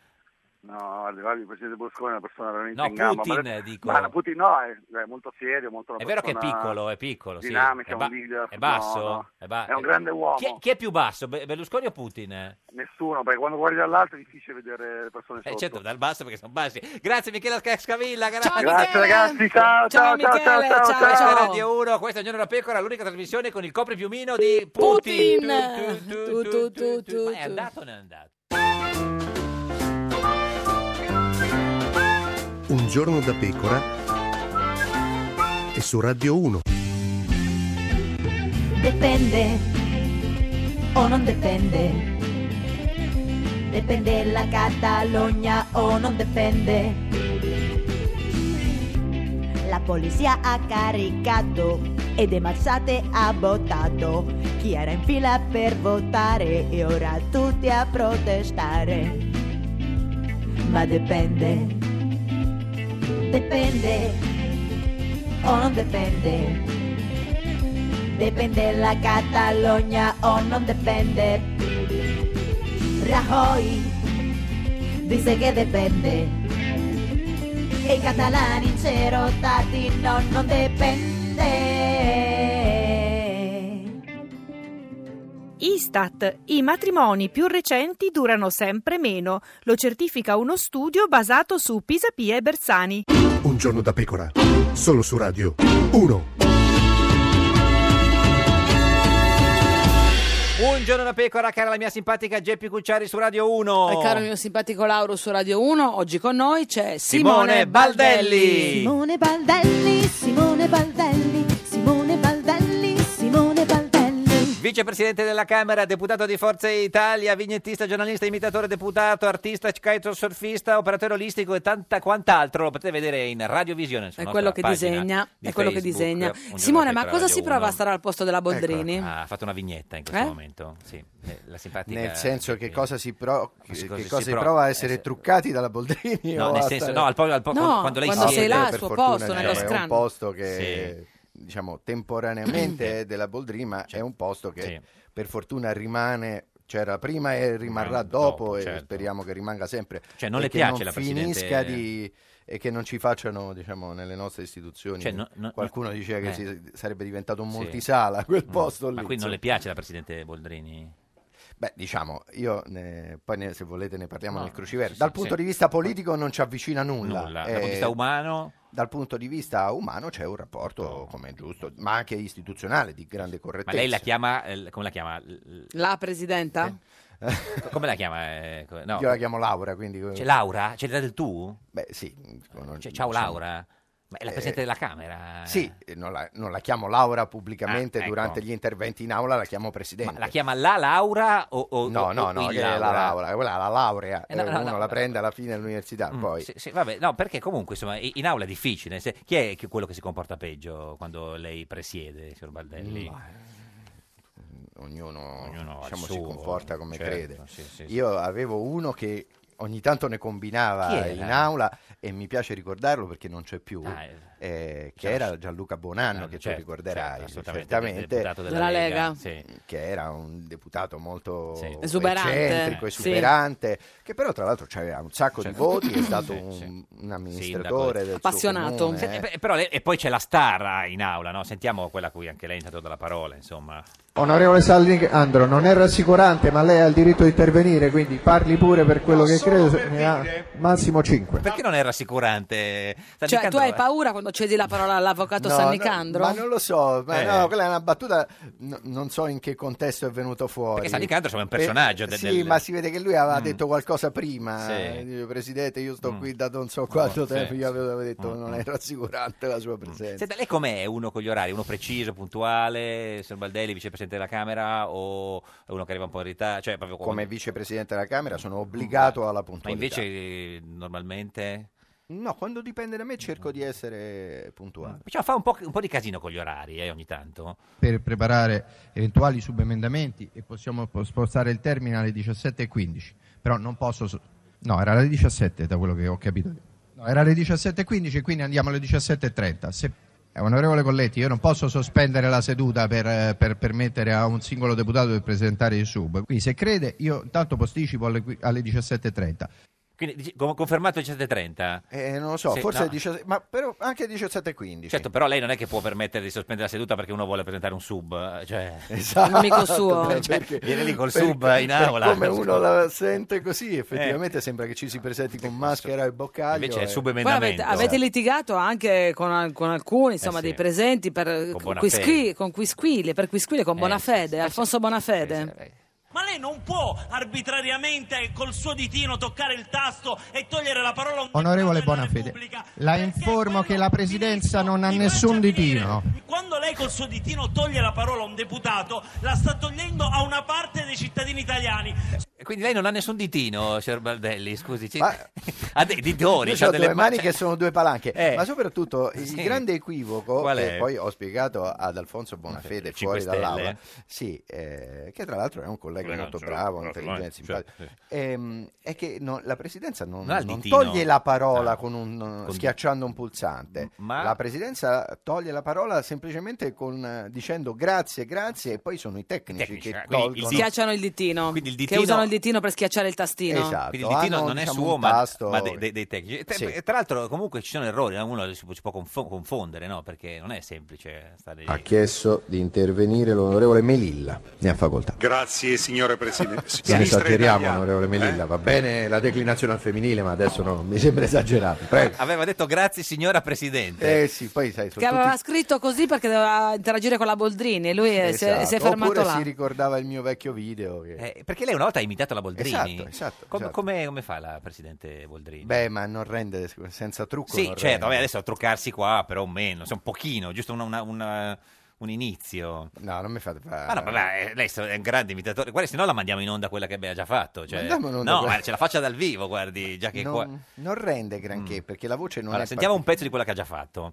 S17: No, guardi, guardi, il presidente Berlusconi è una persona veramente
S2: No,
S17: in gamba.
S2: Putin,
S17: ma,
S2: dico.
S17: Ma la Putin no, è, è molto serio, molto una
S2: È vero che è
S17: persona
S2: piccolo, è piccolo, sì.
S17: Dinamica,
S2: È ba-
S17: un leader.
S2: È basso?
S17: No, no.
S2: È, ba-
S17: È un grande uomo.
S2: Chi è, chi è più basso, Be- Berlusconi o Putin? Eh,
S17: Nessuno, perché quando guardi dall'alto è difficile vedere le persone sotto.
S2: certo, dal basso perché sono bassi. Grazie Michela Scavilla, grazie.
S17: Ciao, Grazie, Michele. ragazzi, ciao, Ciao, ciao, ciao, Michele, ciao, ciao, ciao.
S2: Questa è
S17: ciao.
S2: Radio 1, questa è Giorno della Pecora, l'unica trasmissione con il copripiumino di Putin. Tu, tu, tu, tu, tu, Ma è andato o non è andato?
S12: Un giorno da pecora e su Radio 1.
S11: Dipende o non dipende. Dipende la Catalogna o non dipende. La polizia ha caricato ed Mazzate ha votato. Chi era in fila per votare e ora tutti a protestare. Ma dipende. Dipende o non dipende. Depende la Catalogna o non depende. Rajoy dice che depende. E i catalani cerotati no, non depende.
S13: Istat, i matrimoni più recenti durano sempre meno, lo certifica uno studio basato su Pisapia e Bersani.
S12: Un giorno da pecora, solo su Radio 1.
S2: Un giorno da pecora, cara la mia simpatica Geppi Cucciari su Radio 1.
S1: E caro il mio simpatico Lauro su Radio 1, oggi con noi c'è
S2: Simone
S1: Simone
S2: Baldelli.
S1: Baldelli.
S11: Simone Baldelli, Simone Baldelli, Simone Baldelli, Simone Baldelli.
S2: Vicepresidente della Camera, deputato di Forza Italia, vignettista, giornalista, imitatore, deputato, artista, kitesurfista, operatore olistico e tanta quant'altro. Lo potete vedere in radiovisione.
S1: È quello che disegna, è quello che disegna. Simone, ma cosa si prova a stare al posto della Boldrini?
S2: Ecco, ha fatto una vignetta in questo
S1: Eh?
S2: momento. Sì, eh, la simpatica.
S14: Nel senso che cosa si, pro- che
S2: cosa si
S14: cosa si
S2: prova?
S14: prova a essere truccati dalla Boldrini? <laughs>
S2: No,
S14: o
S2: nel
S14: a
S2: senso,
S14: stare-
S2: no, al po- al po- No, quando- quando lei quando siede. sei là, al
S14: Per
S2: suo
S14: fortuna,
S2: posto, nello
S14: diciamo, È
S2: scrum.
S14: un posto che, diciamo, temporaneamente è della Boldrini, ma
S2: Certo.
S14: è un posto che per fortuna rimane... C'era prima e rimarrà
S2: Rimane
S14: dopo,
S2: dopo,
S14: e
S2: certo.
S14: speriamo che rimanga sempre.
S2: Cioè, non
S14: e
S2: le
S14: che
S2: piace
S14: non
S2: la Presidente-
S14: finisca di e che non ci facciano, diciamo, nelle nostre istituzioni.
S2: Cioè, no- no-
S14: Qualcuno diceva che
S2: eh.
S14: si- sarebbe diventato un
S2: Sì.
S14: multisala quel
S2: Mm.
S14: posto lì.
S2: Ma qui non
S14: insomma.
S2: le piace la Presidente Boldrini?
S14: Beh, diciamo, io ne- poi ne- se volete ne parliamo
S2: No,
S14: nel Cruciverso.
S2: sì,
S14: Dal
S2: sì,
S14: punto
S2: sì.
S14: di vista politico non ci avvicina nulla. Eh, ecco,
S2: Nulla. Dal punto di vista umano?
S14: Dal punto di vista umano c'è un rapporto, come è giusto, ma anche istituzionale di grande
S2: Ma
S14: correttezza.
S2: lei la chiama, eh, come la chiama? L-
S1: La presidenta?
S2: l- Come la chiama? eh, co- no.
S14: Io la chiamo Laura, quindi... eh,
S2: C'è Laura? C'è l'età del tu?
S14: Beh, sì. non-
S2: Cioè, ciao
S14: diciamo-
S2: Laura. Ma è la Presidente
S14: Eh,
S2: della Camera?
S14: Sì, eh, non la, non la chiamo Laura pubblicamente
S2: Ah, ecco.
S14: durante gli interventi in aula, la chiamo Presidente.
S2: La chiama la Laura o, o-
S14: No,
S2: o-
S14: no,
S2: o
S14: no,
S2: il
S14: che è la laurea, quella è la laurea,
S2: Eh, no,
S14: eh,
S2: no,
S14: uno
S2: no, Mm,
S14: la prende alla fine all'università, poi...
S2: Sì, sì, vabbè, no, perché comunque insomma, i- in aula è difficile. Se- chi è che- quello che si comporta peggio quando lei presiede, signor Baldelli?
S14: eh, ognuno,
S2: Ognuno ha il
S14: diciamo, si
S2: suo,
S14: comporta come
S2: certo,
S14: crede.
S2: sì, sì, sì.
S14: Io avevo uno che ogni tanto ne
S2: Chi
S14: combinava
S2: era? Ah,
S14: in aula e mi piace ricordarlo perché non c'è più, eh, che era Gianluca Bonanno, che
S2: cioè, certo,
S14: tu ricorderai
S2: certo, assolutamente,
S14: certamente,
S2: deputato della Della Lega, Lega.
S14: che era un deputato molto
S2: Sì.
S1: Esuberante.
S14: eccentrico,
S1: Sì.
S14: esuberante, che però tra l'altro aveva un sacco di
S2: Certo.
S14: voti, è stato
S2: <coughs> Sì,
S14: un,
S2: sì.
S14: un amministratore del suo comune,
S2: Senti,
S14: eh.
S2: beh, però le- e poi c'è la star in aula, no? Sentiamo quella a cui anche lei intanto dà la parola, insomma.
S18: Onorevole Sallingandro, non è rassicurante, ma lei ha il diritto di intervenire, quindi parli pure per quello che crede, se ne ha massimo 5.
S2: Perché non è rassicurante? Sta
S1: Cioè, tu
S2: indicando-
S1: hai paura quando cedi la parola all'avvocato
S14: eh. No,
S1: San
S14: no,
S1: Nicandro?
S14: ma non lo so, ma
S2: Eh.
S14: no, quella è una battuta, n- non so in che contesto è venuto fuori.
S2: Perché San Nicandro, insomma, è un
S14: Per-
S2: personaggio de-
S14: sì,
S2: del- Mm.
S14: ma si vede che lui aveva detto qualcosa prima.
S2: Sì. Mm.
S14: Eh, dice, Presidente, io sto qui da non so quanto
S2: Oh, sì,
S14: tempo, io
S2: sì.
S14: avevo detto
S2: Mm,
S14: non è rassicurante la sua presenza.
S2: Senta, lei com'è uno con gli orari? Uno preciso, puntuale, signor Baldelli, vicepresidente della Camera o uno che arriva un po' in ritardo? Cioè, proprio come- Mm,
S14: Come vicepresidente della Camera sono obbligato alla
S2: Ma
S14: puntualità.
S2: invece eh, normalmente...
S14: No, quando dipende da me cerco di essere puntuale.
S2: Cioè, fa un po', un po' di casino con gli orari eh, ogni tanto.
S19: per preparare eventuali subemendamenti e possiamo po- spostare il termine alle 17.15. Però non posso... so- no, era alle 17 da quello che ho capito. io. No, era alle 17.15 quindi andiamo alle 17.30. Se, eh, onorevole Colletti, io non posso sospendere la seduta per, eh, per permettere a un singolo deputato di presentare il sub. Quindi se crede io intanto posticipo alle, qui- alle 17.30.
S2: Quindi dici- com- confermato il 17.30?
S14: Eh, non lo so,
S2: Sì,
S14: forse
S2: no.
S14: è 17 ma però anche 17.15.
S2: Certo, però lei non è che può permettere di sospendere la seduta perché uno vuole presentare un sub. eh, Cioè...
S14: Esatto,
S1: Un amico suo.
S14: eh,
S2: Cioè,
S14: <laughs> perché-
S2: viene lì col
S14: perché- cioè,
S2: sub in aula. Cioè,
S14: Come
S2: Eh.
S14: uno la sente così, effettivamente sembra che ci si presenti con maschera e boccaglio.
S2: Invece è il
S14: e- Cioè.
S1: Poi avete, avete litigato anche con, al- con alcuni insomma,
S14: Eh, sì.
S1: dei presenti per,
S14: Con Eh,
S1: con,
S14: buona
S1: quisqui- con quisquile, per quisquile, con Bonafede, Alfonso Bonafede.
S20: Ma lei non può arbitrariamente col suo ditino toccare il tasto e togliere la parola a un
S19: Onorevole Bonafede, la informo che la Presidenza non ha nessun ditino.
S20: Quando lei col suo ditino toglie la parola a un deputato, la sta togliendo a una parte dei cittadini italiani.
S2: Quindi lei non ha nessun ditino, signor Baldelli, scusi. ci-
S14: Ma-
S2: <laughs> ha dei ditori.
S14: Io
S2: c'ha
S14: ho
S2: delle
S14: due mani
S2: cioè-
S14: che sono due palanche,
S2: Eh.
S14: ma soprattutto il
S2: Sì.
S14: grande equivoco
S2: Qual
S14: che
S2: è?
S14: poi ho spiegato ad Alfonso Bonafede
S2: Cinque
S14: fuori dall'aula,
S2: Stelle.
S14: sì, eh, che tra l'altro è un collega
S2: Collega,
S14: molto
S2: cioè,
S14: bravo,
S2: cioè,
S14: intelligente,
S2: cioè,
S14: simpatico, ehm, è che no, la presidenza non,
S2: Non ha il
S14: non
S2: ditino. Ah,
S14: toglie la parola con un- eh, schiacciando un pulsante,
S2: Ma-
S14: la presidenza toglie la parola semplicemente con, eh, dicendo grazie, grazie e poi sono i tecnici, che
S2: eh,
S1: Quindi
S14: tolgono.
S1: schiacciano il ditino,
S2: ditino-
S1: che usano il ditino per schiacciare il tastino.
S14: Esatto.
S2: Quindi il ditino
S14: hanno,
S2: non è
S14: diciamo,
S2: suo,
S14: un
S2: ma,
S14: tasto-
S2: ma dei, dei- dei tecnici. E Tra,
S14: Sì.
S2: e tra l'altro, comunque ci sono errori, no? uno si può, si può confo- confondere, no? Perché non è semplice stare lì.
S21: Ha chiesto di intervenire l'onorevole Melilla. Ne ha facoltà.
S22: Grazie signore
S2: <laughs>
S22: Presidente.
S21: Non
S22: Sinistra
S21: esageriamo,
S22: italiana.
S21: onorevole Melilla. Va bene la declinazione al femminile, ma adesso no, mi sembra esagerato. Prego.
S2: Aveva detto grazie, signora Presidente.
S14: Eh sì, poi sai,
S1: Che aveva scritto così perché doveva interagire con la Boldrini e lui eh, si è- si è
S14: Esatto.
S1: fermato
S14: Oppure
S1: là.
S14: si ricordava il mio vecchio video. che-
S2: Eh, Perché lei una volta ha imitato la Boldrini.
S14: Esatto, esatto,
S2: Com-
S14: esatto.
S2: Come, come fa la Presidente Boldrini?
S14: Beh, ma non rende senza trucco.
S2: Sì,
S14: non
S2: certo, vabbè,
S14: rende.
S2: adesso a truccarsi qua, però meno, insomma, un pochino, giusto una- una- una- un inizio.
S14: No, non mi fate fare.
S2: Ma no, vabbè, eh, lei è un grande imitatore. Guarda, se no la mandiamo in onda quella che abbiamo già fatto. Cioè...
S14: Mandiamo in onda
S2: no,
S14: quella-
S2: ma ce la faccia dal vivo, guardi, già che qua...
S14: non, non rende granché
S2: Mm.
S14: perché la voce non
S2: Allora,
S14: è.
S2: sentiamo un pezzo di quella che ha già fatto.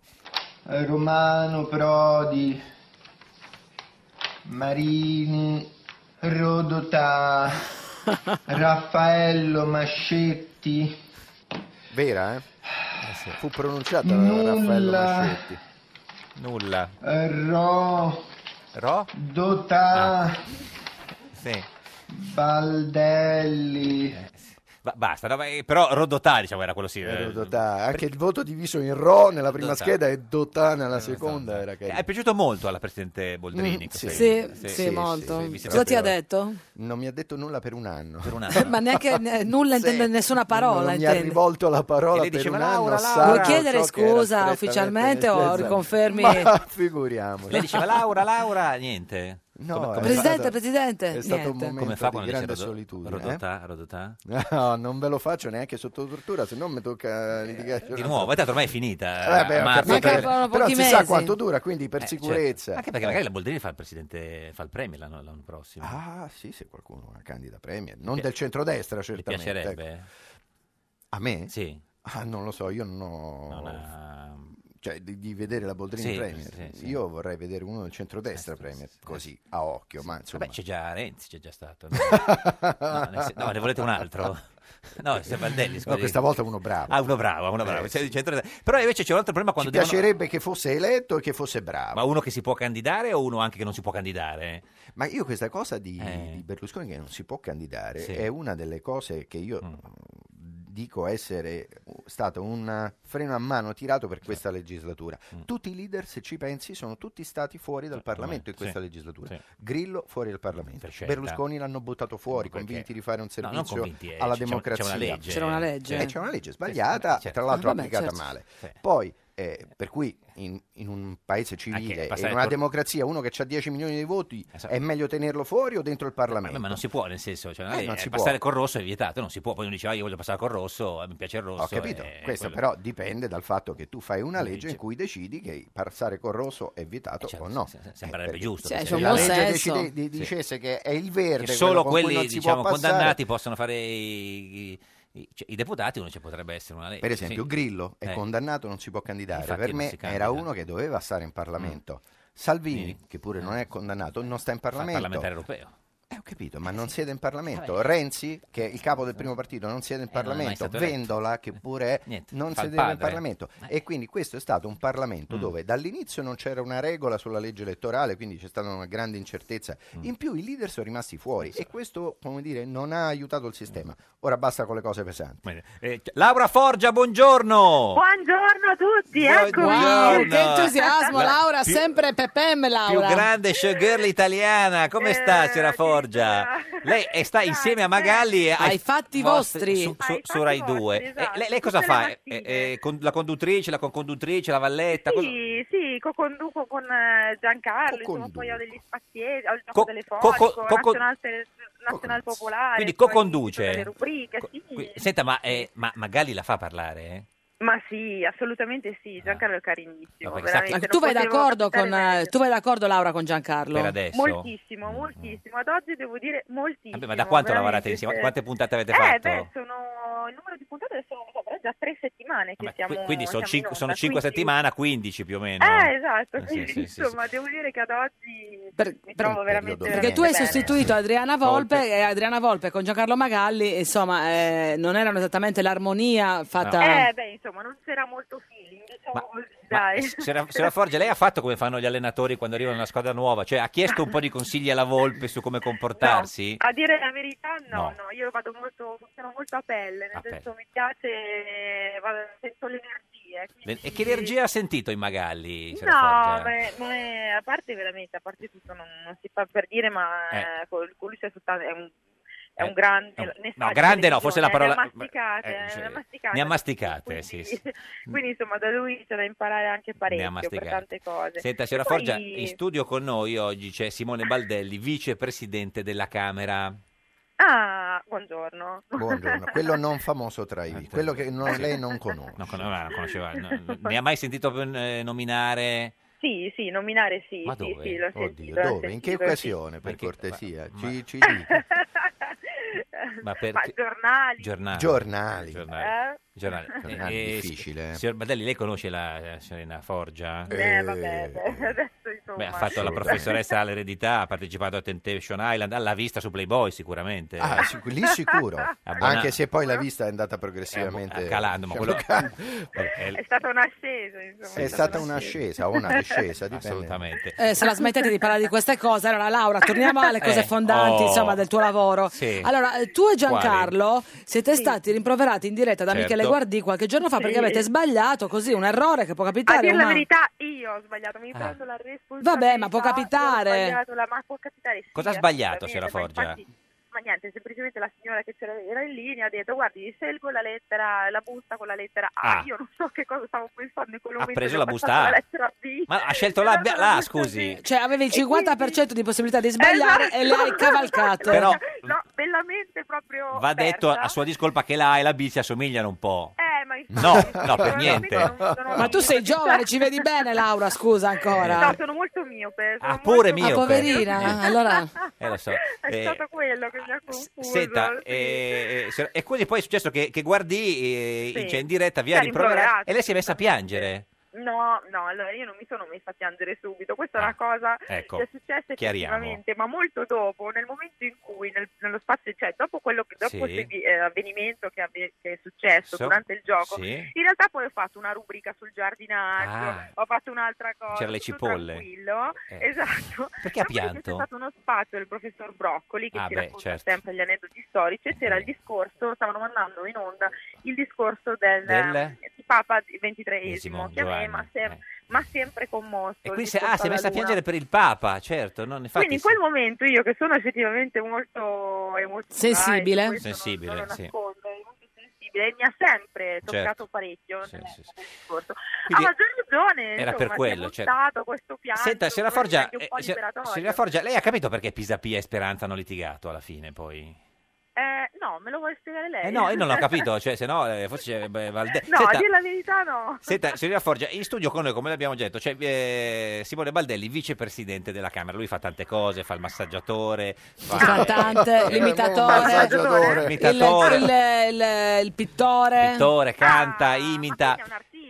S19: Romano, Prodi, Marini,
S14: <laughs>
S19: Rodotà, Raffaello Mascetti.
S14: Vera, eh? Fu pronunciata da
S19: Nulla.
S14: Raffaello Mascetti.
S2: Nulla.
S19: Ro,
S2: Ro? Ah.
S19: Dotà,
S2: Sì.
S19: Baldelli.
S2: Ba- basta, no, ma- eh, però Rodotà, diciamo, era quello sì. eh,
S14: Rodotà, anche il voto diviso in Ro nella prima
S2: Dotà.
S14: scheda e Dotà nella seconda. Era che...
S2: Eh, È piaciuto molto alla Presidente Boldrini.
S14: Mm,
S2: questo
S14: sì.
S2: video.
S1: Sì, sì, molto.
S2: sì, vi siete
S1: Cosa ti ha
S2: proprio-
S1: detto?
S14: Non mi ha detto nulla per un anno. <laughs>
S1: Eh, <laughs> Ma neanche ne- nulla, intende nessuna
S14: Non
S1: parola.
S14: mi ha
S1: intende.
S14: rivolto la parola
S1: E lei
S14: per
S1: diceva,
S14: un
S1: "Laura,
S14: anno.
S1: Laura".
S14: salvo
S1: Vuoi chiedere
S14: ciò che era
S1: scusa
S14: strettamente
S1: ufficialmente
S14: <laughs>
S1: o
S14: necessario.
S1: riconfermi-
S14: Ma figuriamoci.
S2: Lei diceva Laura, Laura, niente.
S14: No,
S2: Come-
S14: è
S2: come-
S1: Presidente,
S14: stato-
S1: Presidente,
S14: Esatto. È stato un
S1: niente.
S14: momento
S2: Come fa
S14: di
S2: quando dice
S14: grande
S2: Rodo-
S14: solitudine. eh?
S2: Rodotà, Rodotà?
S14: No, non ve lo faccio neanche sotto tortura, se no mi tocca litigare.
S2: Di nuovo, tanto ormai è finita.
S14: Eh, beh, ho
S2: marzo,
S14: capito,
S2: per-
S14: però però si sa quanto dura, quindi per
S2: Eh, certo.
S14: sicurezza.
S2: Anche perché magari
S14: Eh.
S2: la Boldrini fa il presidente, fa il premio l'anno, l'anno prossimo.
S14: Ah, sì, se qualcuno è candida premier, non
S2: pi-
S14: del centrodestra,
S2: le
S14: certamente.
S2: piacerebbe?
S14: ecco. A me?
S2: Sì.
S14: Ah, non lo so, io non ho cioè, di, di vedere la Boldrini
S2: Sì,
S14: Premier.
S2: sì, Eh, sì.
S14: Io vorrei vedere uno del centrodestra Premier, così a occhio, ma insomma.
S2: Vabbè, c'è già Renzi, c'è già
S14: <laughs>
S2: stato. No, nel sen- no, ne volete un altro? No, se Baldelli,
S14: No,
S2: scusi.
S14: questa volta uno bravo.
S2: Ah, uno bravo, uno bravo.
S14: Eh,
S2: Cioè, di centro- Però invece c'è un altro
S14: Ci
S2: problema quando devono-
S14: piacerebbe che fosse eletto e che fosse bravo.
S2: Ma uno che si può candidare o uno anche che non si può candidare? Eh.
S14: Ma io questa cosa di, di Berlusconi che non si può candidare
S2: Sì. Mm.
S14: è una delle cose che io dico essere stato un freno a mano tirato per questa legislatura. Tutti i leader, se ci pensi, sono tutti stati fuori dal Parlamento in
S2: Mm. sì,
S14: questa legislatura.
S2: sì.
S14: Grillo fuori dal Parlamento.
S2: scelta. Eh.
S14: Berlusconi l'hanno buttato fuori, convinti di fare un
S2: No,
S14: servizio
S2: non convinti, eh,
S14: alla
S2: c'è- c'è una
S14: democrazia.
S2: legge. C'era una legge.
S14: Eh, c'è una legge sbagliata,
S2: Sì, certo.
S14: tra l'altro
S2: Ah, vabbè,
S14: applicata
S2: certo.
S14: male.
S2: Sì.
S14: Poi, eh, per cui in, in un paese
S2: Anche
S14: civile, in
S2: Ah, passare
S14: una
S2: col-
S14: democrazia, uno che ha 10 milioni di voti, è meglio tenerlo fuori o dentro il Parlamento?
S2: Vabbè, Eh, ma non si può, nel senso, cioè, non
S14: Eh,
S2: è-
S14: non si
S2: passare
S14: può.
S2: col rosso è vietato, non si può. Poi uno dice, ah, io voglio passare col rosso, eh, mi piace il rosso.
S14: Ho capito,
S2: eh,
S14: questo
S2: quello-
S14: però dipende dal fatto che tu fai una legge in cui decidi che passare col rosso è
S2: Eh,
S14: vietato
S2: certo,
S14: o no. Eh,
S2: sembrerebbe
S14: perché-
S2: giusto,
S14: se
S2: Cioè, sì. c'è un
S14: la
S2: buon
S14: legge
S2: senso.
S14: decide- di-
S2: Sì.
S14: dicesse che è il verde,
S2: che
S14: quello
S2: solo
S14: con cui non
S2: quelli
S14: si può
S2: diciamo,
S14: passare,
S2: condannati possono fare i, i- cioè, i deputati, uno ci potrebbe essere una legge.
S14: Per esempio,
S2: sì.
S14: Grillo è
S2: Eh,
S14: condannato, non si può candidare.
S2: Infatti
S14: per
S2: non si
S14: me
S2: candida. Mm.
S14: era uno che doveva stare in Parlamento. Salvini, che pure non è condannato, non sta in
S2: eh. fa il
S14: Parlamento.
S2: parlamentare europeo.
S14: Eh, ho capito, ma non siede in Parlamento. Renzi, che è il capo del primo partito, non siede in
S2: Eh, non è mai
S14: Parlamento.
S2: stato eletto.
S14: Vendola, che pure è,
S2: Niente,
S14: non
S2: fa il
S14: sedeva in
S2: padre. Eh. Mm.
S14: Parlamento. E quindi questo è stato un Parlamento dove dall'inizio non c'era una regola sulla legge elettorale, quindi c'è stata una grande incertezza.
S2: Mm.
S14: In più i leader sono rimasti fuori e questo, come dire, non ha aiutato il sistema. Ora basta con le cose pesanti.
S2: Eh, c- Laura Forgia, buongiorno!
S23: Buongiorno a tutti, ecco.
S2: eccomi. Oh. Buongiorno.
S23: Che entusiasmo,
S2: La-
S23: Laura,
S2: più-
S23: sempre PPM
S2: Più
S23: Laura. Eh,
S2: grande showgirl italiana, come sta Cera Forgia? Lei è- sta insieme a Magalli e
S1: Ai fatti vostri.
S2: su, su- su Rai 2.
S23: esatto,
S2: lei, lei
S23: tutte
S2: cosa
S23: le
S2: fa? Eh, eh, con- la conduttrice, la conconduttrice, la valletta? cosa-
S23: Sì, sì, co-conduco con eh, Giancarlo, insomma, poi ho degli spazietti, ho il gioco
S2: Co-
S23: telefonico,
S2: co- co- co-
S23: Nazional, Tele- Nazional Popolare.
S2: Quindi
S23: poi
S2: co-conduce.
S23: tutte Le rubriche, sì.
S2: Qui- Senta, ma, eh, ma Magalli la fa parlare? eh?
S23: Ma sì, assolutamente sì, Giancarlo è carinissimo,
S2: Ah, perché sa-
S23: veramente.
S2: Ecco,
S23: non
S1: Tu vai
S23: potevo
S1: d'accordo,
S23: stare
S1: con, eh, tu vai d'accordo Laura con Giancarlo?
S2: Per adesso? Mm,
S23: Moltissimo, moltissimo. Ad oggi devo dire moltissimo.
S2: Vabbè, ma da quanto
S23: veramente,
S2: lavorate insieme?
S23: sì.
S2: Quante puntate avete
S23: eh,
S2: fatto?
S23: Beh, sono il numero di puntate adesso non lo so, però è già tre settimane che
S2: Vabbè, qui-
S23: siamo.
S2: quindi sono,
S23: siamo in
S2: 5,
S23: onda, quindi-
S2: settimane a 15 più o meno.
S23: Eh, esatto,
S2: Eh, sì,
S23: quindi,
S2: sì, sì, sì.
S23: insomma, devo dire che ad oggi mi trovo veramente
S1: Perché tu hai
S23: veramente bene.
S1: sostituito Adriana Volpe, e Adriana Volpe con Giancarlo Magalli, insomma, eh, non erano esattamente l'armonia fatta.
S23: Eh, beh, insomma, non c'era molto feeling, diciamo
S2: Ma-
S23: così,
S2: Ma
S23: dai.
S2: Sera, Sera Forgia, lei ha fatto come fanno gli allenatori quando arrivano una squadra nuova, cioè ha chiesto un po' di consigli alla Volpe su
S23: <laughs>
S2: come comportarsi?
S23: A dire la verità, no,
S2: No.
S23: no, io vado molto, sono molto a pelle, nel
S2: A
S23: senso mi piace, eh, vado- sento le energie.
S2: Le-
S23: quindi-
S2: E che energia ha sentito in Magalli? Sera
S23: No,
S2: Forgia?
S23: ma, ma a parte veramente, a parte tutto, non, non si fa per dire, ma
S2: Eh.
S23: col- con lui c'è soltanto... È un, è
S2: Eh,
S23: un grande,
S2: no,
S23: ne
S2: no,
S23: sa di
S2: grande no, forse la parola-
S23: televisione, Ne ha masticate,
S2: eh, cioè,
S23: ne ha masticate.
S2: ne ha masticate, sì, sì.
S23: <laughs> Quindi insomma da lui c'è da imparare anche parecchio per
S2: masticate.
S23: tante cose.
S2: Senta,
S23: E
S2: Sera
S23: poi-
S2: Forgia, in studio con noi oggi c'è Simone Baldelli, vicepresidente della Camera.
S23: Ah, buongiorno.
S14: Buongiorno,
S23: <laughs>
S14: quello non famoso tra
S2: Ah,
S14: i, quello che non- lei non conosce.
S2: No, con- no, non conosceva,
S23: <laughs>
S2: no, ne ha mai sentito eh, nominare?
S23: Sì, sì, nominare sì,
S2: Ma
S23: sì,
S2: dove?
S23: sì, l'ho
S14: Oddio,
S23: sentito, l'ho
S14: dove? In che
S23: sentito, sì.
S14: occasione, per
S2: Perché-
S14: cortesia?
S2: ma-
S14: Ci, ci
S2: Ma per
S23: <laughs> Ma giornali.
S2: Giornali.
S14: Giornali.
S2: Giornali.
S23: Eh? <laughs>
S2: Giornali. eh,
S14: Giornali, difficile.
S2: si- Signor Badelli, lei conosce la eh, signorina Forgia?
S23: Eh, vabbè, beh, adesso
S14: eh.
S23: insomma.
S2: Beh, ha fatto la professoressa all'eredità, ha partecipato a Temptation Island, l'ha vista su Playboy sicuramente.
S14: Ah, sic- lì
S2: <laughs>
S14: sicuro.
S2: Abbonati.
S14: Anche se poi la vista è andata
S2: Eh, Eh,
S14: progressivamente
S2: calando, ma quello- <laughs>
S14: cal-
S23: È stata un'ascesa,
S14: <laughs>
S23: insomma.
S14: È stata un'ascesa o una discesa, dipende.
S2: Assolutamente.
S1: Eh, se la smettete di parlare di queste cose, allora Laura, torniamo alle cose
S2: Eh,
S1: fondanti
S2: oh.
S1: insomma, del tuo lavoro.
S2: Sì.
S1: Allora, eh, tu e Giancarlo siete stati rimproverati in diretta da
S2: Certo.
S1: Michele Guardì qualche giorno fa perché
S23: Sì.
S1: avete sbagliato così, un errore che può
S23: A
S1: capitare.
S23: dire la
S1: umano.
S23: verità, io ho sbagliato, mi
S2: Ah.
S23: prendo la responsabilità.
S1: Vabbè, ma può capitare.
S23: ho sbagliato la- ma può capitare, sì, eh,
S2: Cosa ha sbagliato,
S23: assolutamente,
S2: Sera
S23: ma
S2: Forgia?
S23: infatti- Ma niente, semplicemente la signora che c'era era in linea ha detto guardi, scelgo la lettera, la busta con la lettera A.
S2: Ah.
S23: Io non so che cosa stavo pensando in quel momento.
S2: preso
S23: ho
S2: la
S23: passato
S2: busta A.
S23: La lettera B.
S2: Ma ha scelto la, la- scusi.
S1: Cioè, avevi il 50% di possibilità di sbagliare
S23: Esatto.
S1: e l'hai cavalcato.
S2: Però
S23: <laughs> No, bellamente proprio
S2: cioè, va detto a sua discolpa che la A e la B si assomigliano un po'.
S23: Eh, ma infatti,
S2: No, no, per niente.
S23: veramente non sono-
S1: Ma tu sei giovane, ci vedi bene, Laura, scusa ancora.
S23: No, sono molto miope. sono
S2: Ah, pure
S23: molto-
S1: Ah,
S2: miope.
S1: poverina,
S2: Eh.
S1: allora...
S2: Eh, lo so.
S23: <laughs> È
S2: Eh,
S23: stato quello che mi ha confuso.
S2: Senta,
S23: sì.
S2: eh, eh, signor- e quindi poi è successo che, che Guardì eh,
S23: Sì.
S2: cioè, in diretta vi ha
S23: Ci ha
S2: rimproverato
S23: rimproverato.
S2: e lei si è messa a piangere.
S23: No, no, allora io non mi sono messa a piangere subito, questa è una cosa
S2: ecco,
S23: che è successa
S2: chiariamo.
S23: effettivamente, ma molto dopo, nel momento in cui, nel- nello spazio, cioè dopo quello che, dopo
S2: Sì.
S23: questo evi- eh, avvenimento che, avve- che è successo
S2: So-
S23: durante il gioco,
S2: sì.
S23: in realtà poi ho fatto una rubrica sul giardinaggio,
S2: Ah.
S23: ho fatto un'altra cosa,
S2: C'erano le
S23: tutto
S2: cipolle.
S23: tranquillo,
S2: Eh.
S23: esatto. <laughs>
S2: Perché ha
S23: Dopo di che
S2: pianto?
S23: C'è stato uno spazio del professor Broccoli che
S2: Ah,
S23: ci
S2: beh,
S23: racconta
S2: certo. Eh.
S23: sempre gli aneddoti storici e c'era il discorso, stavano mandando in onda il discorso del,
S2: Del?
S23: di Papa XXIII, che a me
S2: Giovanni, eh.
S23: mi ha sem- mi ha sempre commosso.
S2: E
S23: il
S2: quindi se- ah,
S23: discorso
S2: si è
S23: alla
S2: messa a
S23: Luna.
S2: piangere per il Papa, certo. no? Infatti,
S23: Quindi in quel momento io che sono effettivamente molto emotiva
S1: Sensibile.
S23: e questo non-
S2: Sensibile,
S23: non lo
S2: sì.
S23: nascondo, è molto sensibile, mi ha sempre toccato
S2: Certo.
S23: parecchio nel nel discorso.
S2: Quindi
S23: a maggior ragione
S2: era
S23: insomma,
S2: per
S23: si è
S2: quello, certo.
S23: montato questo pianto
S2: Senta, signora
S23: questo
S2: Forgia,
S23: anche un
S2: eh,
S23: po'
S2: signor-
S23: liberatorio.
S2: signora Forgia, lei ha capito perché Pisapia e Speranza hanno litigato alla fine poi?
S23: Eh, no, me lo vuoi spiegare lei?
S2: Eh no, io non
S23: <laughs>
S2: l'ho capito, cioè, se no, eh, forse eh, beh, Valde-
S23: No, a
S2: Senta,
S23: dire la verità no.
S2: Senta, signorina Forgia, in studio con noi, come l'abbiamo già detto, c'è eh, Simone Baldelli, vicepresidente della Camera. Lui fa tante cose, fa il massaggiatore, fa
S1: Il
S2: <laughs>
S1: cantante, l'imitatore,
S2: Massaggiatore.
S1: il,
S2: Imitatore.
S1: il- il- il pittore.
S2: pittore, canta, imita.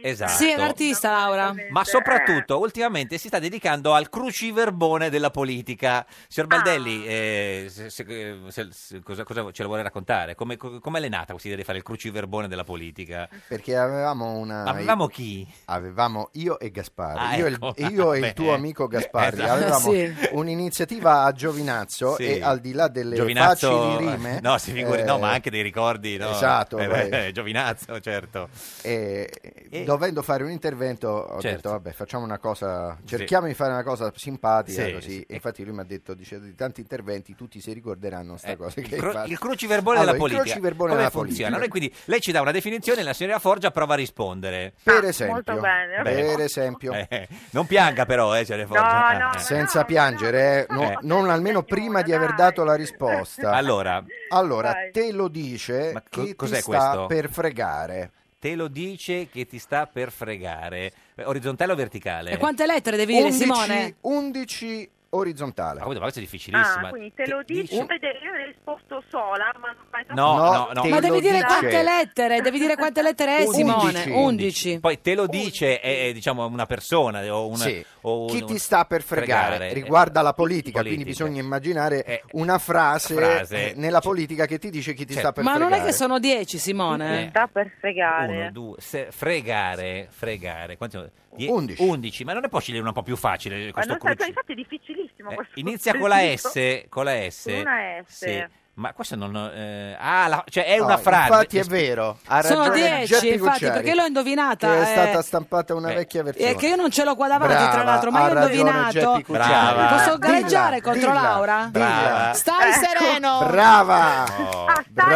S2: Esatto.
S1: Sì, è un artista, Laura.
S2: Ma soprattutto, ultimamente si sta dedicando al cruciverbone della politica. Signor Baldelli,
S1: Ah.
S2: eh, se- se- se- se- cosa, cosa ce lo vuole raccontare? Come, co- com'è l'è nata questa idea di fare il cruciverbone della politica?
S14: Perché avevamo una.
S2: Avevamo chi?
S14: Avevamo io e Gasparri,
S2: Ah,
S14: io,
S2: ecco,
S14: e il- io e
S2: vabbè.
S14: il tuo amico Gasparri
S2: Esatto.
S14: avevamo
S2: Sì.
S14: un'iniziativa a Giovinazzo
S2: Sì.
S14: e al di là delle
S2: Giovinazzo,
S14: facili rime,
S2: <laughs> no, si figuri,
S14: eh,
S2: no, ma anche dei ricordi, no?
S14: Esatto, Eh,
S2: Eh,
S14: vai.
S2: beh, Giovinazzo, certo.
S14: e-
S2: E-
S14: dovendo fare un intervento ho
S2: Certo.
S14: detto vabbè facciamo una cosa, cerchiamo di fare una cosa simpatica
S2: Sì,
S14: così,
S2: sì.
S14: E infatti lui mi ha detto dice, di tanti interventi tutti si ricorderanno sta cosa che
S2: eh, Il, cro-
S14: hai fatto."
S2: il cruciverbone
S14: Allora,
S2: della politica.
S14: Il cruciverbone
S2: Come
S14: della
S2: funziona?
S14: politica.
S2: Noi quindi lei ci dà una definizione e la signora Forgia prova a rispondere.
S14: Per esempio,
S23: molto bene.
S14: per esempio,
S2: Eh, non pianga però, eh, signora Forgia.
S23: No,
S2: Ah,
S23: no,
S2: eh.
S14: senza piangere, eh, no-
S2: Eh.
S14: non almeno prima di aver dato la risposta.
S2: Allora,
S14: Allora,
S2: Vai.
S14: te lo dice
S2: co-
S14: chi
S2: cos'è
S14: ti sta
S2: questo?
S14: per fregare.
S2: te lo dice che ti sta per fregare. Eh, Orizzontale o verticale?
S1: E quante lettere devi dire, Simone?
S14: 11 orizzontale.
S2: Ma questa è
S23: Ah,
S2: difficilissima.
S23: quindi te lo dici, vedi, io ho risposto sola, ma ma-
S2: No, no, no.
S1: Ma
S2: Te
S1: devi
S2: lo
S1: dire
S2: dice.
S1: quante lettere, devi dire quante lettere è, Eh, Simone. 11.
S2: Poi te lo dice è, è, diciamo una persona o un,
S14: Sì.
S2: o un-
S14: Chi ti sta per fregare,
S2: fregare, eh,
S14: riguarda la politica,
S2: politica.
S14: quindi bisogna immaginare una frase,
S2: Eh, frase. cioè,
S14: eh, nella politica che ti dice chi ti sta
S1: Cioè,
S14: per
S1: Ma
S14: fregare.
S1: non è che sono 10, Simone.
S2: Eh.
S23: sta per fregare.
S2: Uno, due, se- fregare, fregare. Quanti sono? Die-
S14: 11.
S2: 11, ma non ne può scegliere una un po' più facile
S23: Ma
S2: questo
S23: non so, cioè,
S2: cruci-
S23: infatti è difficilissimo
S2: Eh,
S23: questo <laughs>
S2: Inizia con la
S23: questo
S2: S, con la S.
S23: Con una S.
S2: Sì. Ma questo non... eh, ah, la- cioè è una
S14: No,
S2: frase.
S14: Infatti è vero, ha
S1: Sono
S14: ragione
S1: 10,
S14: Geppi
S1: infatti,
S14: Cucciari,
S1: perché l'ho indovinata.
S14: Che è
S1: eh.
S14: stata stampata una vecchia versione.
S1: E che io non ce l'ho qua davanti,
S14: Brava,
S1: tra l'altro, ma
S14: ha
S1: io ho
S14: ragione
S1: indovinato.
S14: Geppi Cucciari. Brava.
S1: Posso
S14: Dilla,
S1: gareggiare contro
S14: dilla,
S1: Laura?
S2: Brava.
S1: Stai
S23: Ecco.
S1: sereno.
S23: Ah,
S14: Brava!
S2: Oh.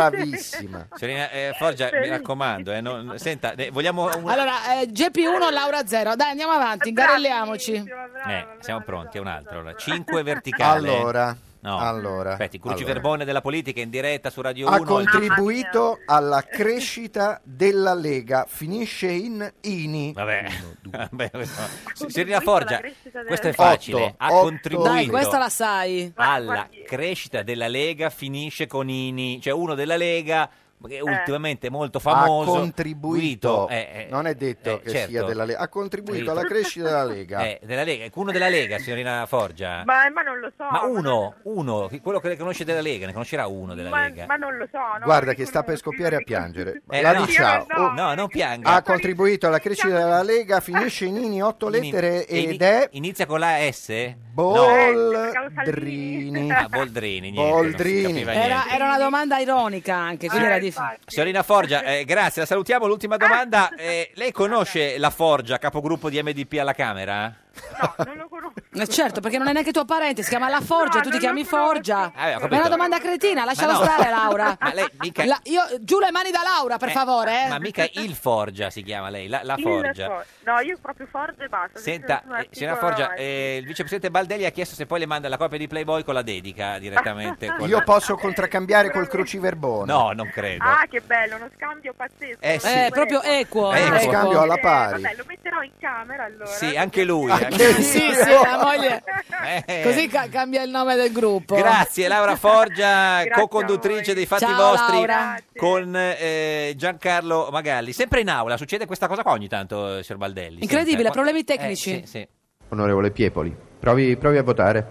S14: Bravissima.
S2: Signorina eh, Forgia, mi raccomando, eh, non- senta, eh, vogliamo... un-
S1: Allora, eh, GP1, Laura 0. Dai, andiamo avanti, ingarelliamoci.
S2: Eh, siamo pronti, è un altro. Allora. 5 verticale.
S14: Allora,
S2: No.
S14: allora,
S2: Aspetti, Cruci
S14: allora.
S2: Verbone della politica in diretta su Radio 1.
S14: ha contribuito alla crescita della Lega, finisce in INI.
S2: Vabbè, <laughs> Vabbè, questo- Signorina Forgia,
S14: crescita della
S2: questo è
S14: Lega.
S2: facile.
S14: Otto,
S2: ha
S14: otto.
S2: contribuito
S1: Dai, questa la sai.
S2: alla crescita della Lega, finisce con Ini, cioè uno della Lega che è ultimamente molto famoso.
S14: ha contribuito,
S2: Guido, eh, eh,
S14: non è detto
S2: eh,
S14: che
S2: certo.
S14: sia della Lega, ha contribuito
S2: Guido.
S14: alla crescita della Lega.
S2: eh, della Lega, uno della Lega, signorina Forgia.
S23: Ma, ma non lo so.
S2: Ma uno, uno, chi- quello che ne conosce della Lega, ne conoscerà uno della
S23: ma,
S2: Lega.
S23: ma non lo so. no?
S14: Guarda che sta per scoppiare a piangere.
S2: Eh,
S14: La
S2: no.
S14: diciamo.
S2: No, non pianga.
S14: Ha contribuito alla crescita della Lega, finisce in INI, otto
S2: Ini-
S14: lettere
S2: e ini-
S14: ed è
S2: Inizia con la S?
S14: Boldrini.
S2: Ah, Boldrini, niente, non si
S14: Boldrini.
S2: capiva
S1: Era,
S2: niente.
S1: era una domanda ironica anche, quindi
S23: Eh,
S1: era difficile.
S2: Signorina Forgia, eh, grazie, la salutiamo. L'ultima domanda, eh, lei conosce la Forgia, capogruppo di MDP alla Camera?
S1: Eh, Certo, perché non è neanche tuo parente, si chiama La Forgia, tu ti chiami Forgia.
S2: Eh,
S1: Ma è
S2: ho capito.
S1: una domanda cretina, lasciala
S2: no.
S1: stare
S14: <laughs>
S1: Laura.
S2: Ma lei mica-
S1: La- io- giù le mani da Laura, per
S2: Eh,
S1: favore. eh.
S2: Ma mica il Forgia si chiama lei, la, la
S23: Il
S2: Forgia.
S23: for- No, io proprio Forgia e basta.
S2: Senta,
S23: Nessun
S2: eh, signora
S23: articolo,
S2: Forgia,
S23: eh.
S2: eh, il vicepresidente Baldelli ha chiesto se poi le manda la copia di Playboy con la dedica <laughs> direttamente. con-
S14: Io posso contraccambiare col cruciverbone.
S2: No, non credo.
S23: Ah, che bello, uno scambio pazzesco.
S2: Eh, sì.
S1: Eh, proprio equo.
S14: È uno
S1: equo.
S2: ecco. Eh,
S14: scambio alla pari.
S23: Vabbè, lo metterà no, in camera allora.
S2: Sì, anche lui.
S23: Anche
S2: lui.
S1: <laughs> Sì, sì, la moglie.
S2: Eh.
S1: Così ca- cambia il nome del gruppo.
S2: Grazie
S1: <laughs>
S2: Laura
S23: <laughs>
S2: Forgia, co-conduttrice dei fatti
S1: Ciao,
S2: vostri
S1: Laura.
S2: con eh, Giancarlo Magalli. Sempre in aula succede questa cosa qua ogni tanto, eh, signor Baldelli.
S1: Incredibile,
S2: Senta,
S1: problemi
S2: qua-
S1: tecnici.
S2: eh, sì, sì.
S21: Onorevole Piepoli, provi, provi a votare.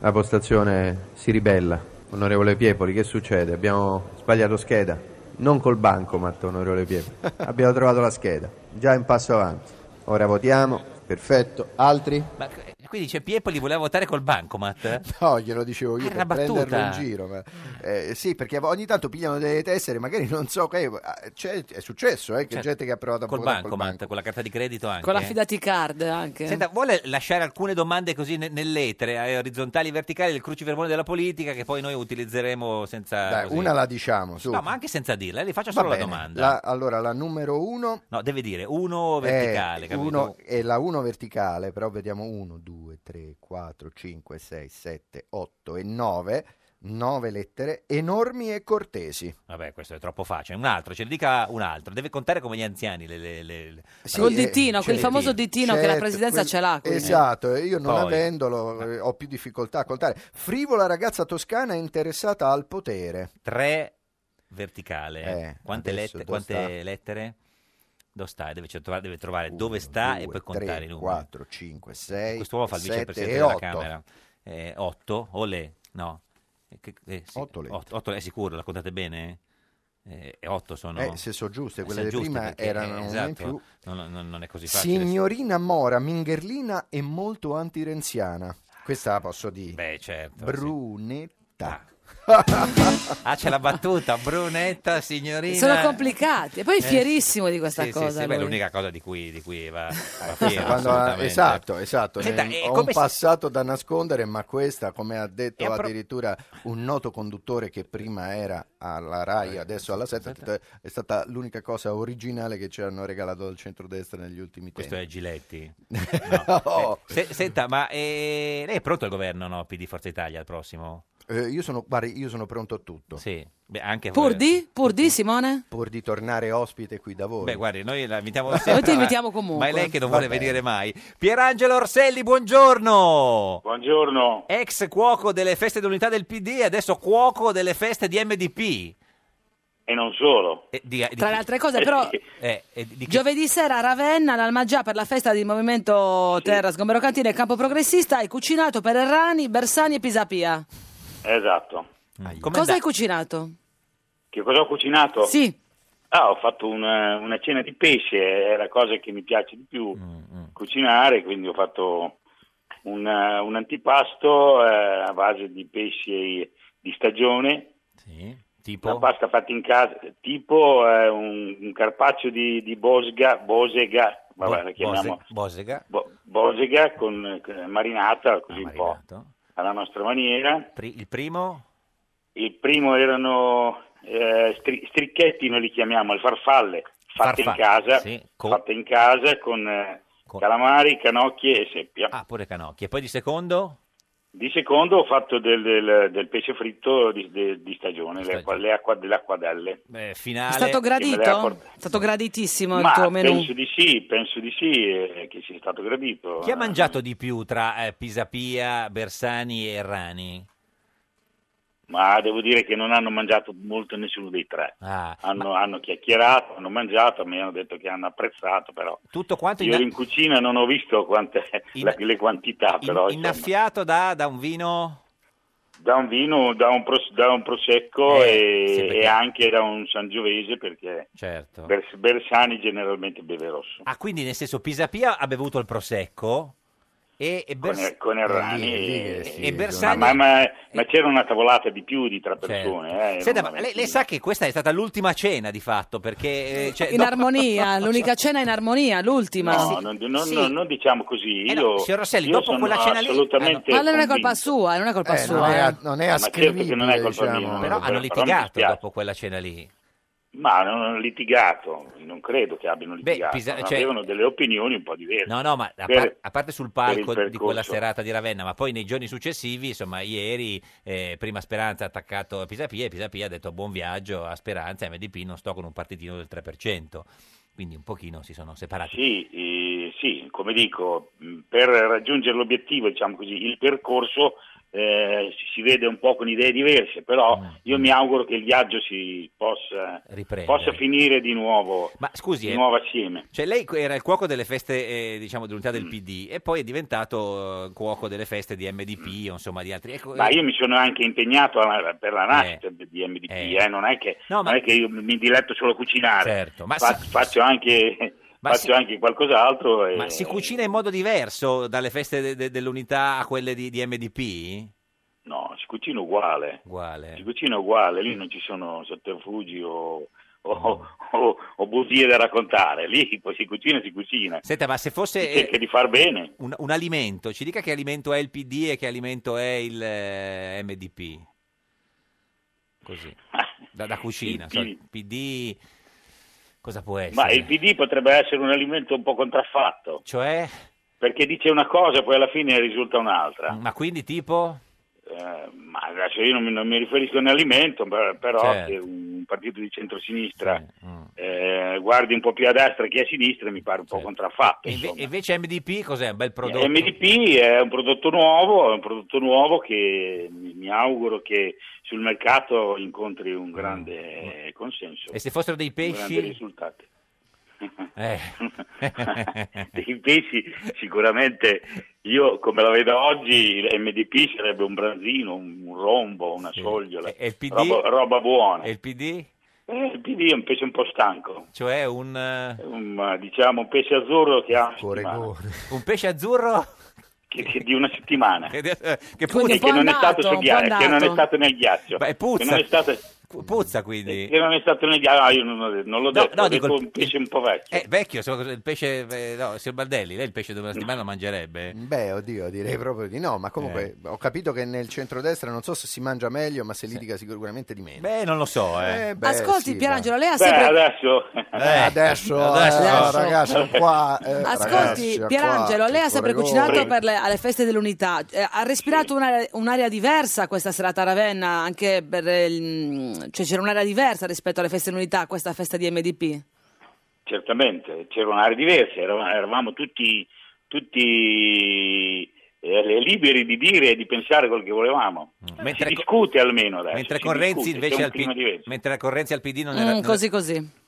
S21: La postazione si ribella. Onorevole Piepoli, che succede? Abbiamo sbagliato scheda. Non col banco, Matto, onorevole Piepoli.
S14: <laughs>
S21: Abbiamo trovato la scheda. Già in passo avanti. Ora votiamo. Perfetto. Altri?
S2: Ma eh, qui dice Piepoli voleva votare col bancomat.
S14: <laughs> No, glielo dicevo io
S2: Ah,
S14: per
S2: una battuta.
S14: prenderlo in giro. ma-
S2: Mm.
S14: eh, sì, perché ogni tanto pigliano delle tessere, magari non so. che- eh, c'è- è successo eh, che
S2: Certo.
S14: gente che ha provato a
S2: Col
S14: votare
S2: bancomat, con la carta di credito anche.
S1: Con l'affidati card anche.
S2: Senta, vuole lasciare alcune domande così ne- nell'etere, eh, orizzontali e verticali, del crucivermone della politica che poi noi utilizzeremo senza...
S14: Dai,
S2: così.
S14: una la diciamo, su.
S2: No, ma anche senza dirla, eh, le faccio
S14: Va
S2: solo la
S14: bene.
S2: domanda.
S14: La- allora, la numero uno
S2: No, deve dire uno verticale,
S14: è, Eh,
S2: capito?
S14: uno, è la 1 verticale, però vediamo 1, 2, 3, 4, 5, 6, 7, 8 e 9. 9 lettere enormi e cortesi.
S2: Vabbè, questo è troppo facile. Un altro, ce ne dica un altro. Deve contare come gli anziani. Le, le, le- le-
S14: Sì,
S1: Col
S14: eh,
S1: dittino, quel
S14: certo.
S1: famoso dittino che la
S14: Certo,
S1: presidenza
S14: quel-
S1: ce l'ha. quindi.
S14: Esatto, e io non
S2: Poi.
S14: avendolo eh, ho più difficoltà a contare. Frivola ragazza toscana interessata al potere.
S2: Tre verticale.
S14: Eh,
S2: quante
S14: adesso dove
S2: lette- quante
S14: sta?
S2: lettere? Dove sta? Deve cioè, trovare, deve trovare dove sta e poi contare
S14: 3,
S2: i numeri.
S14: 4, 5, 6.
S2: Quest'uomo fa il vicepresidente della Camera. Eh, otto? O le? No. Eh, che- eh, sì,
S14: Otto lette.
S2: Otto, otto, è sicuro? La contate bene? Eh, eh, otto sono...
S14: Eh, se so giuste,
S2: Eh,
S14: quelle
S2: se
S14: di
S2: giuste,
S14: prima
S2: perché,
S14: erano una in
S2: esatto,
S14: più.
S2: Non, non- non è così facile.
S14: Signorina Mora, mingherlina e molto antirenziana. Questa la posso dire.
S2: Beh, certo. sì.
S14: Brunetta. <laughs>
S2: Ah, c'è la battuta, brunetta, signorina.
S1: Sono complicati. E poi è
S2: Eh,
S1: fierissimo di questa
S2: sì,
S1: cosa.
S2: Sì, sì, beh, è
S1: lui.
S2: l'unica cosa di cui, di cui va, va
S14: Eh, Questa
S2: fiero,
S14: quando-
S2: assolutamente.
S14: esatto, esatto.
S2: Senta,
S14: ne-
S2: e
S14: ho un
S2: come si-
S14: passato da nascondere, ma questa, come ha detto
S2: E a pro-
S14: addirittura un noto conduttore che prima era alla RAI, adesso alla SET, è stata l'unica cosa originale che ci hanno regalato dal centrodestra negli ultimi
S2: Questo è
S14: tempi. <laughs>
S2: Giletti. No.
S14: Oh.
S2: Eh, se- senta, ma eh, lei è pronto al governo, no? PD Forza Italia al prossimo?
S14: Eh, io, sono, guardi, io sono pronto a tutto.
S2: Sì, beh, anche
S1: Pur di? Pur di, Simone?
S14: Pur di tornare ospite qui da voi.
S2: Beh, guardi, noi la invitiamo
S14: Noi
S2: sempre.
S1: ti
S2: ma-
S1: invitiamo comunque.
S2: Ma è lei che non
S14: Va
S2: vuole
S14: bene.
S2: venire mai. Pierangelo Orselli, buongiorno.
S22: Buongiorno.
S2: Ex cuoco delle feste dell'unità del PD, adesso cuoco delle feste di MDP.
S22: E non solo.
S1: Tra le altre cose, però,
S2: Eh, e di- di chi-
S1: Giovedì sera a Ravenna, l'Almagià per la festa del Movimento Terra Sgombero Cantine e Campo Progressista hai cucinato per Errani, Bersani e Pisapia.
S22: Esatto.
S2: Com'è
S1: Cosa hai
S2: andata?
S1: cucinato?
S22: Che cosa ho cucinato?
S1: Sì.
S22: Ah, ho fatto un, eh, una cena di pesce, è la cosa che mi piace di più
S2: Mm,
S22: cucinare, quindi ho fatto un, eh, un antipasto eh, a base di pesce di stagione,
S2: tipo?
S22: una pasta fatta in casa, tipo eh, un, un carpaccio di, di bosga, bosega, vabbè,
S2: Bo-
S22: la chiamiamo
S2: Bose- Bosega.
S22: Bo- Bosega con, con- marinata così un po' alla nostra maniera.
S2: certo. Pri- il primo?
S22: Il primo erano eh, stri- stricchetti, noi li chiamiamo, le farfalle, fatte
S2: Farfalle,
S22: in casa,
S2: sì, con-
S22: fatte in casa con, eh, calamari, canocchie e seppia.
S2: Ah, pure Canocchi. E poi di secondo?
S22: Di secondo ho fatto del, del- del pesce fritto di, de- di stagione, le, acqua- le acqua- delle acquadelle.
S2: Eh,
S1: È
S2: finale.
S1: stato
S22: che me l'ha
S1: gradito?
S22: portato.
S1: È stato graditissimo il
S22: Ma
S1: tuo menù.
S22: penso di sì, penso di sì eh, che sia stato gradito.
S2: Chi ha mangiato di più tra eh, Pisapia, Bersani e Errani?
S22: Ma devo dire che non hanno mangiato molto nessuno dei tre.
S2: Ah,
S22: Hanno, hanno chiacchierato, hanno mangiato, mi hanno detto che hanno apprezzato, però
S2: tutto quanto
S22: io
S2: inna-
S22: ero in cucina non ho visto quante, la- le quantità, però insomma,
S2: innaffiato da, da un vino...
S22: da un vino, da un, pros- da un prosecco
S2: Eh,
S22: e,
S2: sì, perché-
S22: e anche da un sangiovese perché
S2: Certo.
S22: Bers- Bersani generalmente beve rosso.
S2: Ah, quindi nel senso Pisapia ha bevuto il prosecco e, e
S22: Con,
S2: Bers-
S1: Eh,
S22: con Errani
S2: e-
S22: e,
S2: e Bersani...
S22: ma, ma- ma c'era una tavolata di più di tre
S2: Certo.
S22: persone. eh, era
S2: Senta,
S22: una
S2: ma lei,
S22: ventina.
S2: lei sa che questa è stata l'ultima cena di fatto perché... eh, cioè,
S1: In
S2: dopo-
S22: <laughs>
S1: armonia, l'unica cena in armonia, l'ultima.
S22: No, non, non-
S1: Sì.
S22: non- non diciamo così.
S2: Eh
S22: Io,
S2: no, signor Rosselli,
S22: io
S2: dopo
S22: sono
S2: quella cena lì- Ah,
S22: assolutamente
S1: Ma allora non è colpa
S22: convinto.
S1: sua, non è colpa
S22: Eh,
S1: sua.
S22: non è
S1: eh.
S22: a-
S14: non è
S22: Ma certo che non è
S14: ascrivibile,
S22: colpa mia,
S14: diciamo.
S22: non è
S2: Però
S22: colpa-
S2: hanno
S22: mi
S2: litigato
S22: dispiace.
S2: dopo quella cena lì.
S22: Ma non hanno litigato, non credo che abbiano litigato.
S2: Pisa-
S22: ma
S2: cioè-
S22: Avevano delle opinioni un po' diverse.
S2: No, no, ma a,
S22: Per-
S2: par- a parte sul palco
S22: per il
S2: di quella
S22: percorso.
S2: serata di Ravenna, ma poi nei giorni successivi, insomma, ieri eh, prima Speranza ha attaccato a Pisapia e Pisapia ha detto buon viaggio a Speranza, MDP non sto con un partitino del 3%. Quindi un pochino si sono separati.
S22: Sì, eh, sì, come dico, mh, per raggiungere l'obiettivo, diciamo così, il percorso eh, si- si vede un po' con idee diverse, però
S2: Mm,
S22: io mi auguro che il viaggio si possa,
S2: Riprendere.
S22: possa finire di nuovo,
S2: Ma scusi,
S22: di
S2: eh,
S22: nuovo assieme.
S2: Cioè, lei era il cuoco delle feste, eh, diciamo, dell'unità
S22: Mm.
S2: del PD e poi è diventato eh, cuoco delle feste di MDP o insomma di altri. Ecco,
S22: Mm. Ma
S2: eh,
S22: io mi sono anche impegnato alla- per la nascita di MDP, eh, non, è che,
S2: No, ma-
S22: non è che io mi diletto solo a cucinare,
S2: Certo, ma
S22: Fa- faccio, anche,
S2: <laughs> Ma
S22: faccio
S2: si-
S22: anche qualcos'altro. e-
S2: Ma si cucina in modo diverso dalle feste de- de- dell'unità a quelle di, di MDP?
S22: No, si cucina uguale. Si cucina uguale, lì non ci sono sotterfugi o,
S2: Mm.
S22: o, o- o bugie da raccontare, lì poi si cucina, si cucina.
S2: Senta, ma se
S22: Si
S2: fosse
S22: cerca
S2: eh,
S22: di far bene.
S2: un, un alimento, ci dica che alimento è il PD e che alimento è il eh, MDP? Così, da, da cucina.
S22: Il
S2: so, Il PD cosa può essere?
S22: Ma il PD potrebbe essere un alimento un po' contraffatto,
S2: Cioè,
S22: perché dice una cosa e poi alla fine ne risulta un'altra.
S2: ma quindi tipo?
S22: Eh, ma adesso io non mi, non mi riferisco a un alimento, per- però
S2: Certo. mm.
S22: che un partito di centrosinistra eh, guardi un po' più a destra che a sinistra mi pare un po' contraffatto. Eh,
S2: E inve- invece MDP cos'è? Un bel prodotto?
S22: MDP è un prodotto nuovo, è un prodotto nuovo che mi mi auguro che sul mercato incontri un grande eh, consenso.
S2: Mm. E se fossero dei
S22: un grande
S2: pesci? <laughs>
S22: risultato.
S2: Eh.
S22: dei pesci sicuramente io come la vedo oggi MDP sarebbe un branzino, un un rombo, una sogliola,
S2: E il PD?
S22: roba, roba buona.
S2: E il PD?
S22: Eh, il PD è un pesce un po' stanco,
S2: Cioè un, eh, <laughs>
S22: un, diciamo un pesce azzurro che ha
S2: un pesce azzurro?
S22: che, che di una settimana
S2: che,
S22: E che non è stato sul ghiaccio, che non è stato nel ghiaccio,
S2: Beh,
S22: che
S2: puzza.
S22: non è stato
S2: Puzza quindi.
S22: che non è stato nel ghiaccio, ah, io non, ho- non l'ho
S2: No,
S22: detto,
S2: no,
S22: ho
S2: dico
S22: detto
S2: il-
S22: un pesce un po' vecchio.
S2: Eh, vecchio, so- il pesce, eh, no, signor Baldelli, lei il pesce
S22: Mm.
S2: di una settimana lo mangerebbe?
S14: Beh, oddio, direi proprio di no, ma comunque
S2: Eh.
S14: ho capito che nel centrodestra non so se si mangia meglio, ma si litiga sicuramente di meno.
S2: Beh, non lo so, eh.
S14: Eh, beh,
S1: Ascolti,
S14: sì,
S1: Pierangelo, lei ha
S14: ma-
S1: sempre...
S22: adesso...
S14: adesso,
S22: adesso-
S14: eh, no, ragazzi, qua... eh,
S1: Ascolti,
S14: ragazzi, qua-
S1: Pierangelo, lei ha sempre
S14: Corregore.
S1: cucinato per le, alle feste dell'unità, Eh, ha respirato un'aria, un'aria diversa questa serata a Ravenna, anche per il- cioè c'era un'aria diversa rispetto alle feste dell'unità, questa festa di MDP.
S22: Certamente, c'era un'area diversa, era- eravamo tutti, tutti eh, liberi di dire e di pensare quello che volevamo.
S2: Mm. Mentre
S22: si
S2: co-
S22: discute almeno adesso.
S2: Mentre
S22: si
S2: con Renzi
S22: discute,
S2: invece
S22: c'è un
S2: al
S22: clima
S2: PD,
S22: diverso.
S2: mentre con Renzi al PD non
S1: Mm,
S2: era... non-
S1: così così.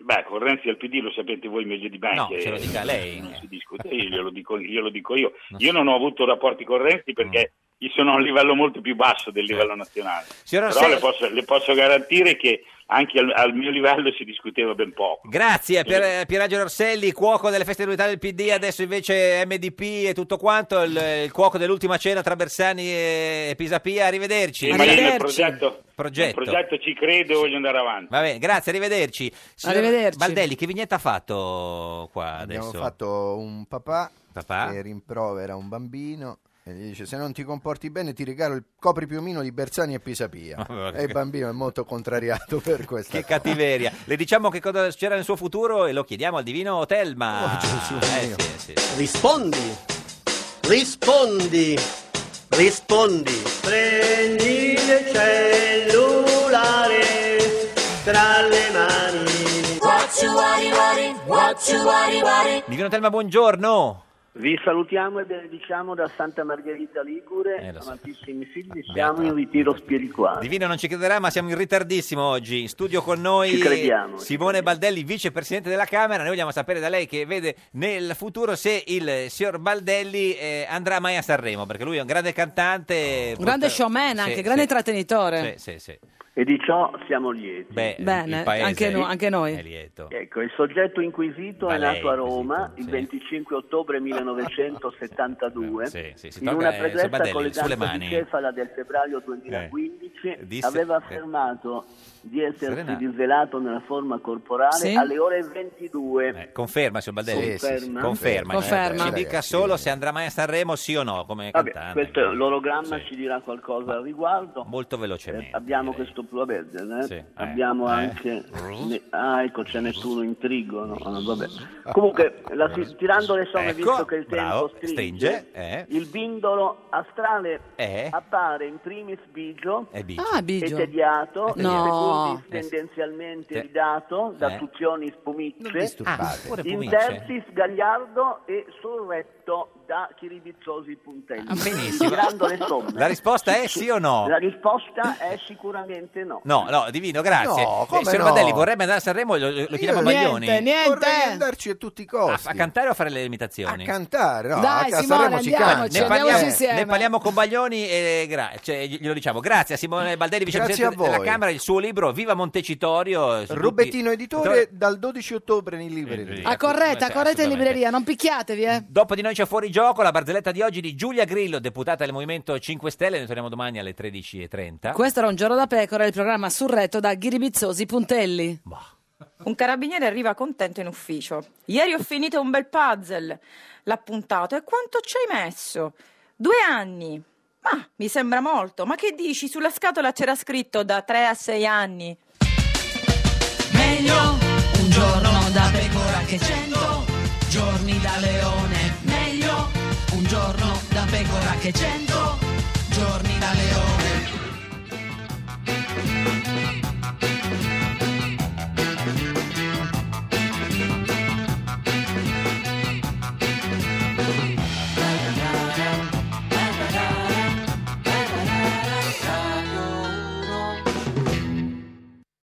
S22: Beh, con Renzi al PD lo sapete voi meglio di me.
S2: No,
S22: che
S2: ce lo dica lei. eh.
S22: Non si discute, io glielo dico, glielo dico io. Io non ho avuto rapporti con Renzi perché io sono a un livello molto più basso del livello nazionale.
S2: Mm. Certo. Signora
S22: Però
S2: Rossella-
S22: le posso, le posso garantire che anche al- al mio livello si discuteva ben poco.
S2: Grazie eh,
S22: Mm.
S2: Pier, Pierangelo Orselli, cuoco delle feste dell'unità del PD, adesso invece MDP e tutto quanto, il, il cuoco dell'ultima cena tra Bersani e Pisapia, arrivederci.
S22: Sì, ma io nel progetto,
S2: Progetto.
S22: nel progetto ci credo e voglio andare avanti.
S2: Va bene, grazie, arrivederci. Signor
S22: Arrivederci.
S2: Baldelli, che vignetta ha fatto Oh, qua
S14: Abbiamo
S2: adesso?
S14: fatto un papà,
S2: Papà.
S14: che rimprovera un bambino e gli dice se non ti comporti bene ti regalo il copripiumino di Bersani e
S2: <laughs>
S14: Pisapia.
S2: Vabbè,
S14: e il
S2: che-
S14: bambino è molto contrariato per questa
S2: Che cattiveria. Le diciamo che cosa c'era nel suo futuro e lo chiediamo al divino Telma. Eh, sì, sì, sì.
S24: Rispondi, rispondi, rispondi. Prendi il cellulare tra le mani.
S2: Divino Telma, buongiorno.
S24: Vi salutiamo e benediciamo da Santa Margherita Ligure, amantissimi figli, siamo in ritiro spirituale.
S2: Divino non ci crederà, ma siamo in ritardissimo oggi. In studio con noi
S24: Ci crediamo, ci
S2: Simone Baldelli, vicepresidente della Camera. Noi vogliamo sapere da lei che vede nel futuro se il signor Baldelli eh, andrà mai a Sanremo, perché lui è un grande cantante.
S1: Un grande showman
S2: Sì,
S1: anche,
S2: sì.
S1: grande intrattenitore.
S2: Sì, sì, sì.
S24: E di ciò siamo lieti.
S2: Beh,
S1: Bene,
S2: il paese
S1: anche, no- anche
S2: è
S1: noi.
S2: lieto.
S24: Ecco, il soggetto inquisito
S2: Ma
S24: è
S2: lei
S24: nato a
S2: è inquisito,
S24: Roma il 25 ottobre 1972
S2: Sì, sì, si
S24: in
S2: tolga,
S24: una
S2: eh,
S24: presenza
S2: Sabadelli,
S24: con le
S2: sulle
S24: danze
S2: mani.
S24: di Cefala del febbraio 2015
S2: Eh, disse-
S24: aveva
S2: eh.
S24: affermato di essersi
S2: Serena.
S24: disvelato nella forma corporale
S2: Sì.
S24: alle ore 22
S2: Eh, Conferma, signor Baldelli.
S24: Sì, sì, sì.
S2: Conferma. eh.
S24: Conferma.
S2: Ci dica solo se andrà mai a Sanremo, sì o no, come
S24: Vabbè,
S2: cantante.
S24: questo l'orogramma ci dirà qualcosa al riguardo Eh,
S2: Molto velocemente.
S24: abbiamo questo sulla Vergine, eh?
S2: Sì, eh,
S24: abbiamo
S2: eh.
S24: anche... ne- Ah, ecco, c'è nessuno in trigo, no? Ah, vabbè. Comunque, la ti- tirando le somme,
S2: Ecco,
S24: visto che il tempo
S2: bravo,
S24: stringe,
S2: stringe, eh.
S24: il bindolo astrale
S2: Eh.
S24: appare in primis bigio,
S2: È bigio.
S4: Ah, bigio.
S24: e tediato,
S4: Eh,
S24: in
S4: no.
S24: secondis tendenzialmente
S2: Te-
S24: ridato da
S2: Eh.
S24: tuzioni
S2: Non
S24: spumicce,
S2: disturbate. Ah, pure
S24: in
S2: pumice.
S24: terzi sgagliardo e sorretto da chiribizzosi puntelli.
S2: Ah, Benissimo.
S24: Tirando le somme.
S2: La risposta è sì o no?
S24: La risposta è sicuramente no.
S2: No, no, Divino, grazie.
S24: No,
S2: Eh,
S24: come
S2: signor
S24: no?
S2: Mandelli vorrebbe andare a Sanremo, lo, lo- lo chiediamo a Baglioni.
S14: niente. Vorrei andarci a tutti i
S2: A,
S14: costi.
S2: a Ah, cantare o a fare le imitazioni?
S14: A cantare, no,
S2: Dai,
S14: a ca- a
S2: Simone,
S14: Sanremo si canta.
S2: ne, parliamo, ne parliamo con Baglioni e gra- cioè, gli- glielo diciamo. Grazie a Simone Baldelli,
S14: Grazie
S2: vicepresidente
S14: a
S2: della
S14: voi.
S2: Camera, il suo libro Viva Montecitorio. su
S14: Rubettino
S2: tutti- Eh,
S14: editore dal 12 ottobre in libreria.
S4: Ah, corretta, corretta in libreria, non picchiatevi, eh.
S2: cioè, Dopo di noi c'è fuori gioco la barzelletta di oggi di Giulia Grillo, deputata del Movimento 5 Stelle. Ne torniamo domani alle 13.30.
S4: Questo era un giorno da pecora, il programma surretto da ghiribizzosi puntelli.
S2: Boh.
S23: Un carabiniere arriva contento in ufficio. Ieri ho finito un bel puzzle. L'ha puntato. E quanto ci hai messo? Due anni. Ma mi sembra molto. Ma che dici? Sulla scatola c'era scritto da tre a sei anni.
S1: Meglio un giorno da pecora che cento giorni da leone. Meglio un giorno da pecora che cento giorni da leone.